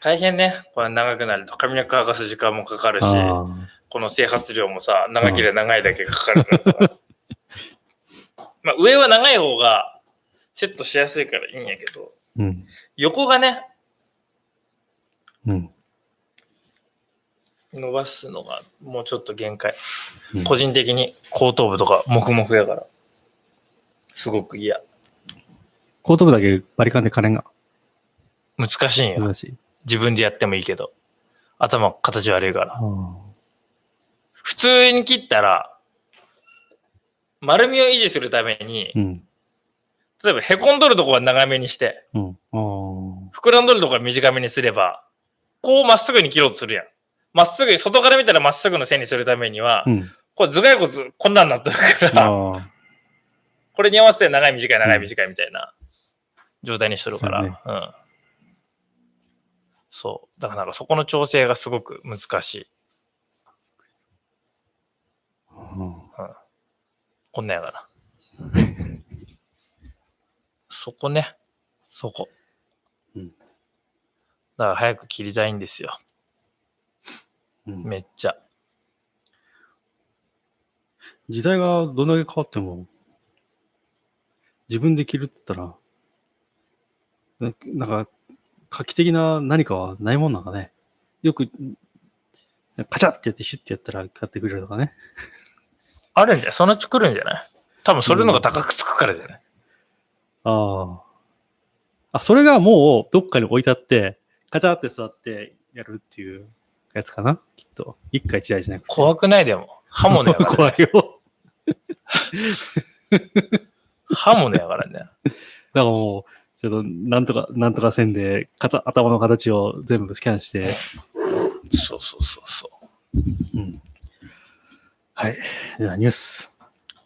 A: 大変ね。これ長くなると髪の毛乾かす時間もかかるし、
B: ああ。
A: この整髪量もさ、長ければ長いだけかかるから さ。まあ上は長い方がセットしやすいからいいんやけど、
B: うん。
A: 横がね、
B: うん。
A: 伸ばすのがもうちょっと限界。
B: うん
A: 個人的に後頭部とか黙々やから。すごく嫌。
B: 後頭部だけバリカンで金が
A: 難しいんよ。
B: 難しい。
A: 自分でやってもいいけど。頭形悪いから。
B: あ
A: 普通に切ったら、丸みを維持するために、
B: うん。
A: 例えばへこんどるとこは長めにして、
B: うん。あ
A: 膨らんどるとこは短めにすれば、こうまっすぐに切ろうとするやん。まっすぐ、外から見たらまっすぐの線にするためには、
B: あ。うん。
A: これ頭蓋骨こんなんなっとるから、
B: ああ。
A: これに合わせて長い短い長い
B: うん
A: 短いみたいな状態にしとるから、
B: そう
A: う
B: やね
A: ん。そう。だからなんかそこの調整がすごく難しい。
B: うん
A: こんなんやから。 そこね。そこ。
B: うん
A: だから早く切りたいんですよ。
B: うん
A: めっちゃ。
B: 時代がどんだけ変わっても、自分で着るって言ったら、ななんか、画期的な何かはないもんなんかね。よく、カチャってやってシュッてやったら買ってくれるとかね。
A: あるんじゃないそのうち来るんじゃない多分それの方が高くつくからじゃない、
B: ああ。あ、それがもうどっかに置いてあって、カチャって座ってやるっていうやつかなきっと。一回一台じゃなくて。
A: 怖くないでも。刃物やから、ね。
B: 怖いよ。
A: 刃物やからね。
B: だからもう、ちょっと、なんとか、なんとか線で、かた頭の形を全部スキャンして。
A: そうそうそうそ
B: うん。はい。じゃあ、ニュース。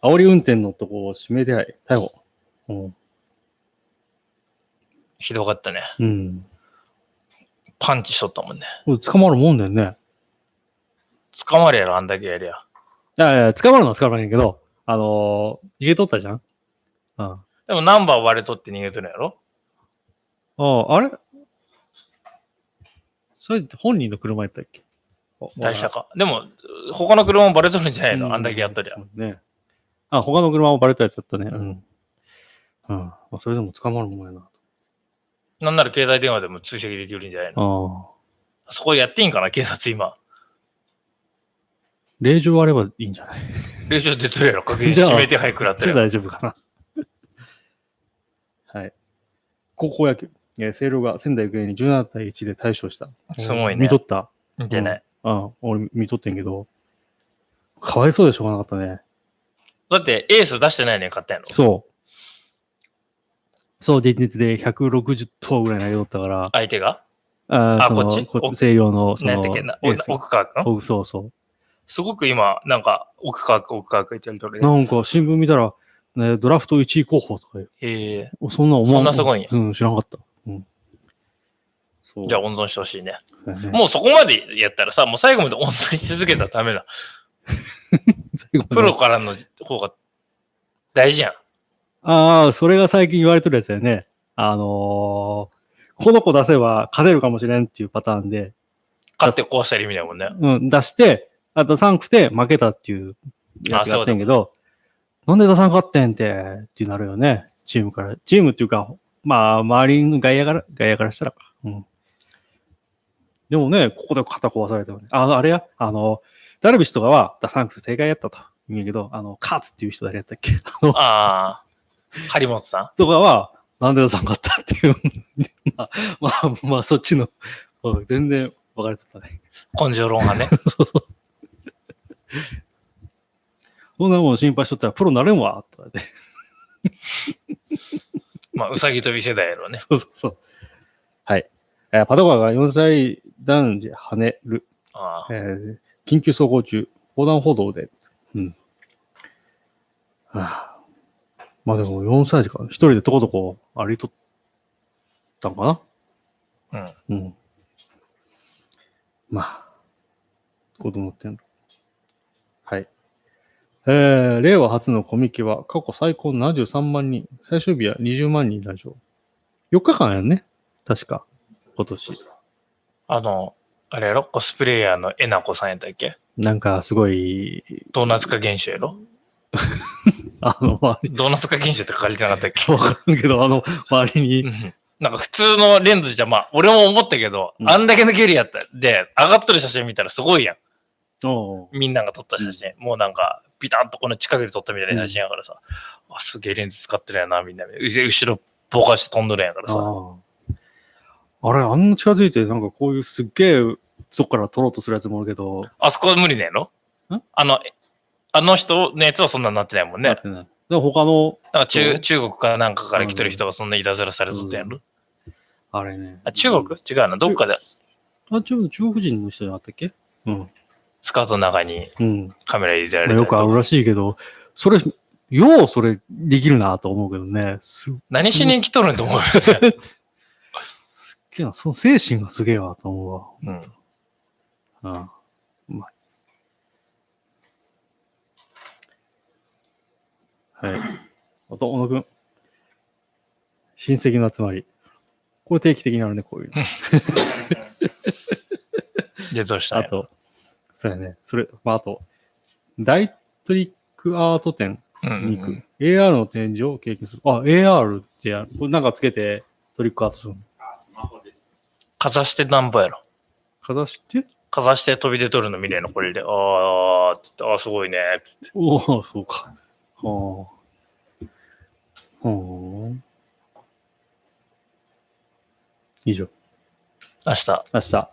B: 煽り運転の男を指名手配、逮捕。うん。
A: う。ひどかったね。
B: うん。
A: パンチしとったもんね。
B: これ捕まるもんだよね。
A: 捕まれやろ、あんだけやりゃ。
B: いやいや、捕まるのは捕まらへんけど、あのー逃げとったじゃん。うん。
A: でもナンバー割れとって逃げとるやろ
B: ああ、あれそれって本人の車やったっけ
A: 台車か。でも、他の車もバレとるんじゃないの、
B: う
A: あんだけやったじゃん。
B: そうね。あ、他の車もバレたやつだったね。うん。うん。まあ、それでも捕まるもんやな。
A: なんなら携帯電話でも追跡できるんじゃないの
B: ああ。
A: あそこやっていいんかな警察今。
B: 令状あればいいんじゃない
A: 令状出とるやろ確認
B: じゃあ
A: 指名手配食らった
B: じゃあ
A: やろ
B: 大丈夫かな。 はい。高校野球。えー、星稜が仙台育英に17対1で大勝した。
A: すごい
B: 見
A: ね
B: と。った。
A: 見てない。
B: うん。俺見とってんけど。かわいそうでしょうがなかったね。
A: だってエース出してないのに買ったやろ
B: そう。そう、前日で160頭ぐらい投げとったから、
A: 相手が
B: あー
A: あ
B: その
A: こっち
B: こっち西洋のそ
A: 何や
B: の
A: ったっけな
B: エース
A: お奥川君
B: おそうそう。
A: すごく今、なんか、奥川区、奥川区言ってるとね。
B: なんか新聞見たら、ね、ドラフト1位候補とかいう
A: ええ
B: おそんな思わ
A: そんなすごいんや
B: うん、知らんかった。うん。そう。
A: じゃあ温存してほしいね。
B: そうやね、
A: もうそこまでやったらさ、もう最後まで温存し続けたらダメだ。
B: 最後まで
A: プロからの方が大事やん。
B: ああ、それが最近言われてるやつだよね。あのーこの子出せば勝てるかもしれんっていうパターンで、
A: 勝ってこうしたりみたいなもんね。
B: うん、出して、あ出さんくて負けたっていうやつやってんけど、なんで出さんかってんて、ってなるよね。チームから。チームっていうか、まあ、周りの外野から、外野からしたらか。うん。でもね、ここで肩壊されたよね。あ、あれや、あの、ダルビッシュとかは出さんくて正解やったと言うんやけど、あの、カーツっていう人誰やったっけあの、
A: ああ、張本さん。
B: とかは、なんで出さんかったっていう。まあ、まあ、まあ、そっちの、うん全然分かれてたね。
A: 根性論派ね。
B: そんなもん心配しとったらプロなれんわ、とか言って。
A: まあ、うさぎ跳び世代やろうね。
B: そうそうそう。はい。えーパトカーが4歳男児跳ねる。
A: あ
B: え
A: あ
B: ー緊急走行中、横断歩道で。うん。はあ、まあでも4歳児か。一人でとことこ歩いとったんかなうん。うん。まあ、子供ってんの。はい。えー、令和初のコミケは過去最高の73万人、最終日は20万人来場。4日間やんね。確か。今年。
A: あの、あれやろコスプレイヤーのえなこさんやったっけ
B: なんかすごい、
A: ドーナツ化現象やろ
B: あの、まあ
A: ドーナツ化現象って書かれてなかったっけ
B: わからんけど、あの、周り
A: う
B: に。
A: んなんか普通のレンズじゃ、まあ、俺も思ったけど、
B: うん
A: あんだけの距離やった。で、上がっとる写真見たらすごいやん。みんなが撮った写真。もうなんか、ビタンとこの近くで撮ったみたいな写真やからさ。あ、すげえレンズ使ってるやな、みんな。う後ろ、ぼかして飛んどるんやからさ。
B: ああれ、あんな近づいて、なんかこういうすっげえ、そこから撮ろうとするやつもおるけど、
A: あそこは無理ねんの
B: ん
A: あの、えあの人のやつはそんなになってないもん
B: な
A: ね
B: っ。てないでも他の、
A: なんか中
B: そう
A: 中国かなんかから来てる人がそんないたずらされとったや
B: うんう
A: ろ。
B: あれね。
A: あ中国違うな。どっかで
B: あ、中国中国人の人じゃなかったっけうん。
A: スカートの中に
B: うん。
A: カメラ入れられ
B: まあ
A: て
B: よくあるらしいけど、それ、ようそれできるなと思うけどね。す
A: 何しに来とるんと思うよ ね。
B: すっげえな。その精神がすげえわと思うわ。
A: うん
B: ああ、うまい。はい。あと、小野くん。親戚の集まり。これ定期的にあるね、こ ういうの。
A: で、どうしたん
B: あ
A: や
B: と、そうやね。それ、まあ、あと、ダイトリックアート展
A: うんうん
B: に行
A: う
B: く。
A: ん
B: AR の展示を経験する。あ、AR ってやる。これなんかつけてトリックアートするの。
A: かざしてなんぼやろ。
B: かざして
A: かざして飛び出とるの見れんの、これで。ああ、つってあーすごいね。つって
B: おお、そうか。はあ。はあ。以上、
A: 明日、
B: 明日。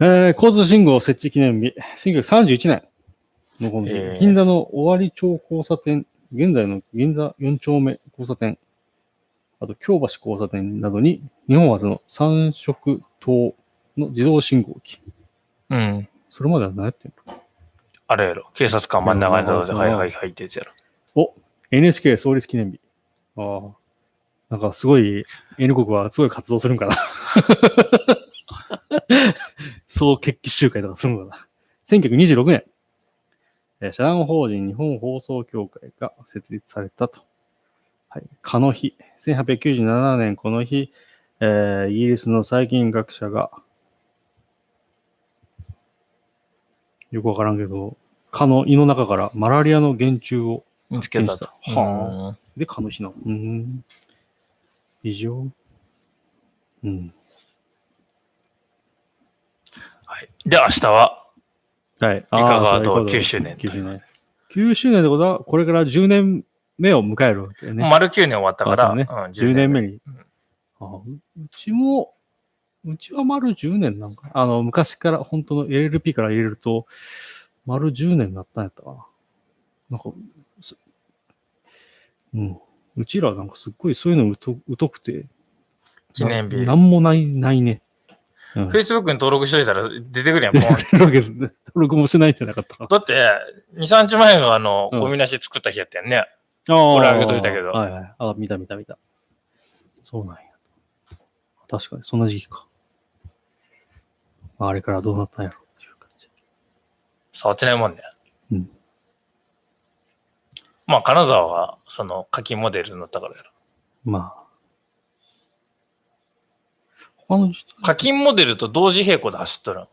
B: えー、交通信号設置記念日、1931年のこの日、
A: えー
B: 銀座の尾張町交差点、現在の銀座4丁目交差点、あと京橋交差点などに、日本初の三色灯の自動信号機。
A: うん。
B: それまでは何やってんの
A: あれやろ。警察官真ん中に倒れて、
B: うん
A: はいはいはいってやつやろ。
B: NHK 創立記念日。ああ。なんかすごい、N 国はすごい活動するんかな。 そう決起集会とかするのかな。1926年、えー社団法人日本放送協会が設立されたと。はい。かの日。1897年この日、えーイギリスの細菌学者が、よくわからんけど、蚊の胃の中からマラリアの原虫を
A: 見つけたと。
B: 見つけた
A: はあ。
B: で、可能日なの。うん。異常うん。
A: はいで、明日は、
B: はい。
A: いかが
B: あーそういうこ
A: と
B: と
A: 9周年
B: 9周年。9周年ってことは、これから10年目を迎えるわけよね。
A: 丸9年終わったから、
B: 終わっ
A: うん
B: 10年目
A: に。
B: に。あーううちも、うちは丸10年なんかな。あの、昔から、本当の LLP から入れると、丸10年になったんやったかな。なんか、すうん。うちらなんかすっごいそういうの疎疎くて、
A: 記念日
B: な。なんもない、ないね。うん、
A: Facebook に登録しといたら出てくる やん、ポンって。
B: 登録登録もしないんじゃなかったか。
A: だって、2、3日前があの、
B: うん
A: ゴミなし作った日やったよね。
B: ああ。
A: 俺上げといたけど
B: はいはい。あ、見た見た見た。そうなんや。確かに、そんな時期か。まあ、あれからどうなったんやろっていう感じ。
A: 触ってないもんね。
B: うん
A: まあ、金沢は、その、課金モデルになったからやろ。
B: まあ。他の人、
A: 課金モデルと同時並行で走っとるん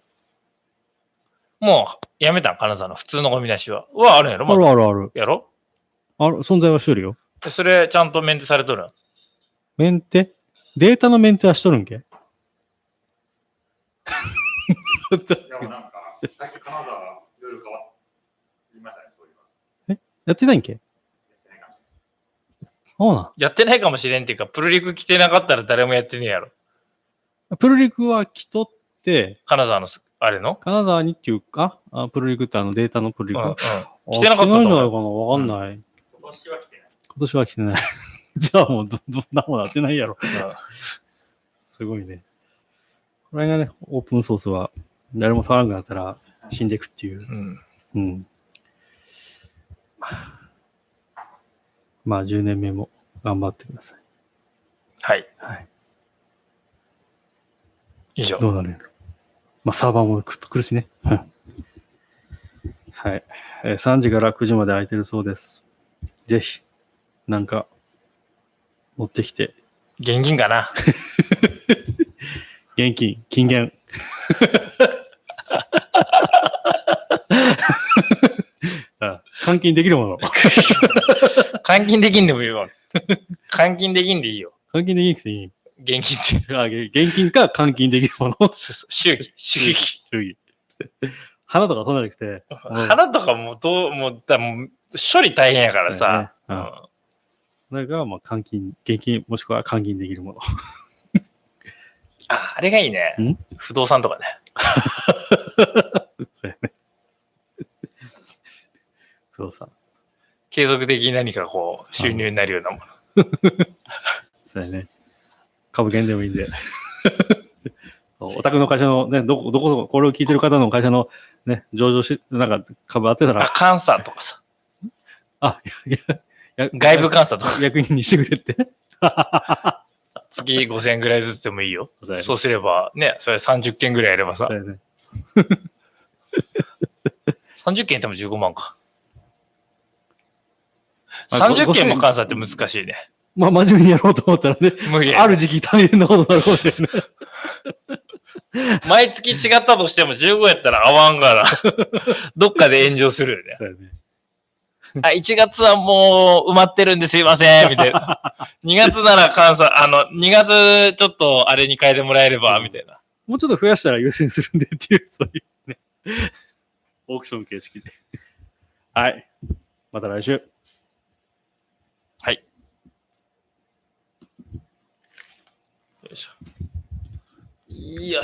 A: もう、やめたん、金沢の普通のゴミ出しは。は、あるんやろ、
B: あ
A: ま
B: る
A: だ。
B: あるある。
A: やろ
B: ある、存在はしとるよ。
A: でそれ、ちゃんとメンテされとるん
B: メンテデータのメンテはしとるんけ
A: なんか、さっき金沢、いろいろ変わりましたね、そういう
B: やってないんけそうな
A: やってないかもしれんっていうか、プルリク着てなかったら誰もやってねえやろ。
B: ん。プルリクは着とって、
A: 金沢のす、あれの、
B: カナダにっていうか、あプルリクってあのデータのプ
A: う
B: ルリ
A: ん
B: ク。
A: うん、今
B: あ
A: 着てなかったと思
B: 着
A: う
B: てないんじゃないかなわかんない。
A: 年は着て
B: 今年は来てない。 じゃあもうど、どんなもの当てないやろ。
A: ない。
B: すごいね。これがね、オープンソースは、誰も触らなくなったら死んでいくっていう。
A: うん。うん
B: うん。まあ、10年目も頑張ってください。
A: はい。
B: はい。
A: 以上。
B: どうなるんやろ。まあ、サーバーもくっとくるしね。うんはい、えー3時から9時まで空いてるそうです。ぜひ、なんか、持ってきて、
A: 現金かな。
B: 現金、金言。 あ換金できるもの。
A: 換金できんでもいいわ。 換金できんでいいよ。
B: 換金できなくていい。
A: 現金って。
B: あげ現金か換金できるもの。
A: 周期、周期。
B: 注意花とかそうじゃなくて。うん
A: 花とかもどう、もう、だもう処理大変やからさ。
B: そううやね
A: ん
B: うん。それが、まあ、換金、現金、もしくは換金できるもの。
A: あ、あれがいいね
B: ん。
A: 不動産とかね。
B: そうやね。不動産。
A: 継続的に何かこう、収入になるようなもの。
B: そうやね。株券でもいいん で。そうお宅の会社のね、どこ、どこ、これを聞いてる方の会社のね、上場し、なんか株当てたら
A: あ、、監査とかさ。
B: あ、いや いや
A: 外部監査とか。
B: 役員にしてくれって。
A: 月5000円ぐらいずつでもいい よ。
B: そうやね
A: そうすれば、ね、それ30件ぐらいやればさ
B: そう。やね。
A: 30件やっても15万か。
B: あ
A: 30件も
B: ご
A: 監査って難しいね。
B: まあ、真面目にやろうと思ったらね、
A: 無理やね
B: ある時期大変なことになるかもしれない。
A: 毎月違ったとしても15やったら合わん から、どっかで炎上するよね。
B: そうやね。
A: あ、1月はもう埋まってるんですいま せん、みたいな。2月なら監査、あの、2月ちょっとあれに変えてもらえれば、みたいな。
B: もうちょっと増やしたら優先するんでっていう、 そういうね。オークション形式で。はい。また来週。
A: はい。よいしょ。よし。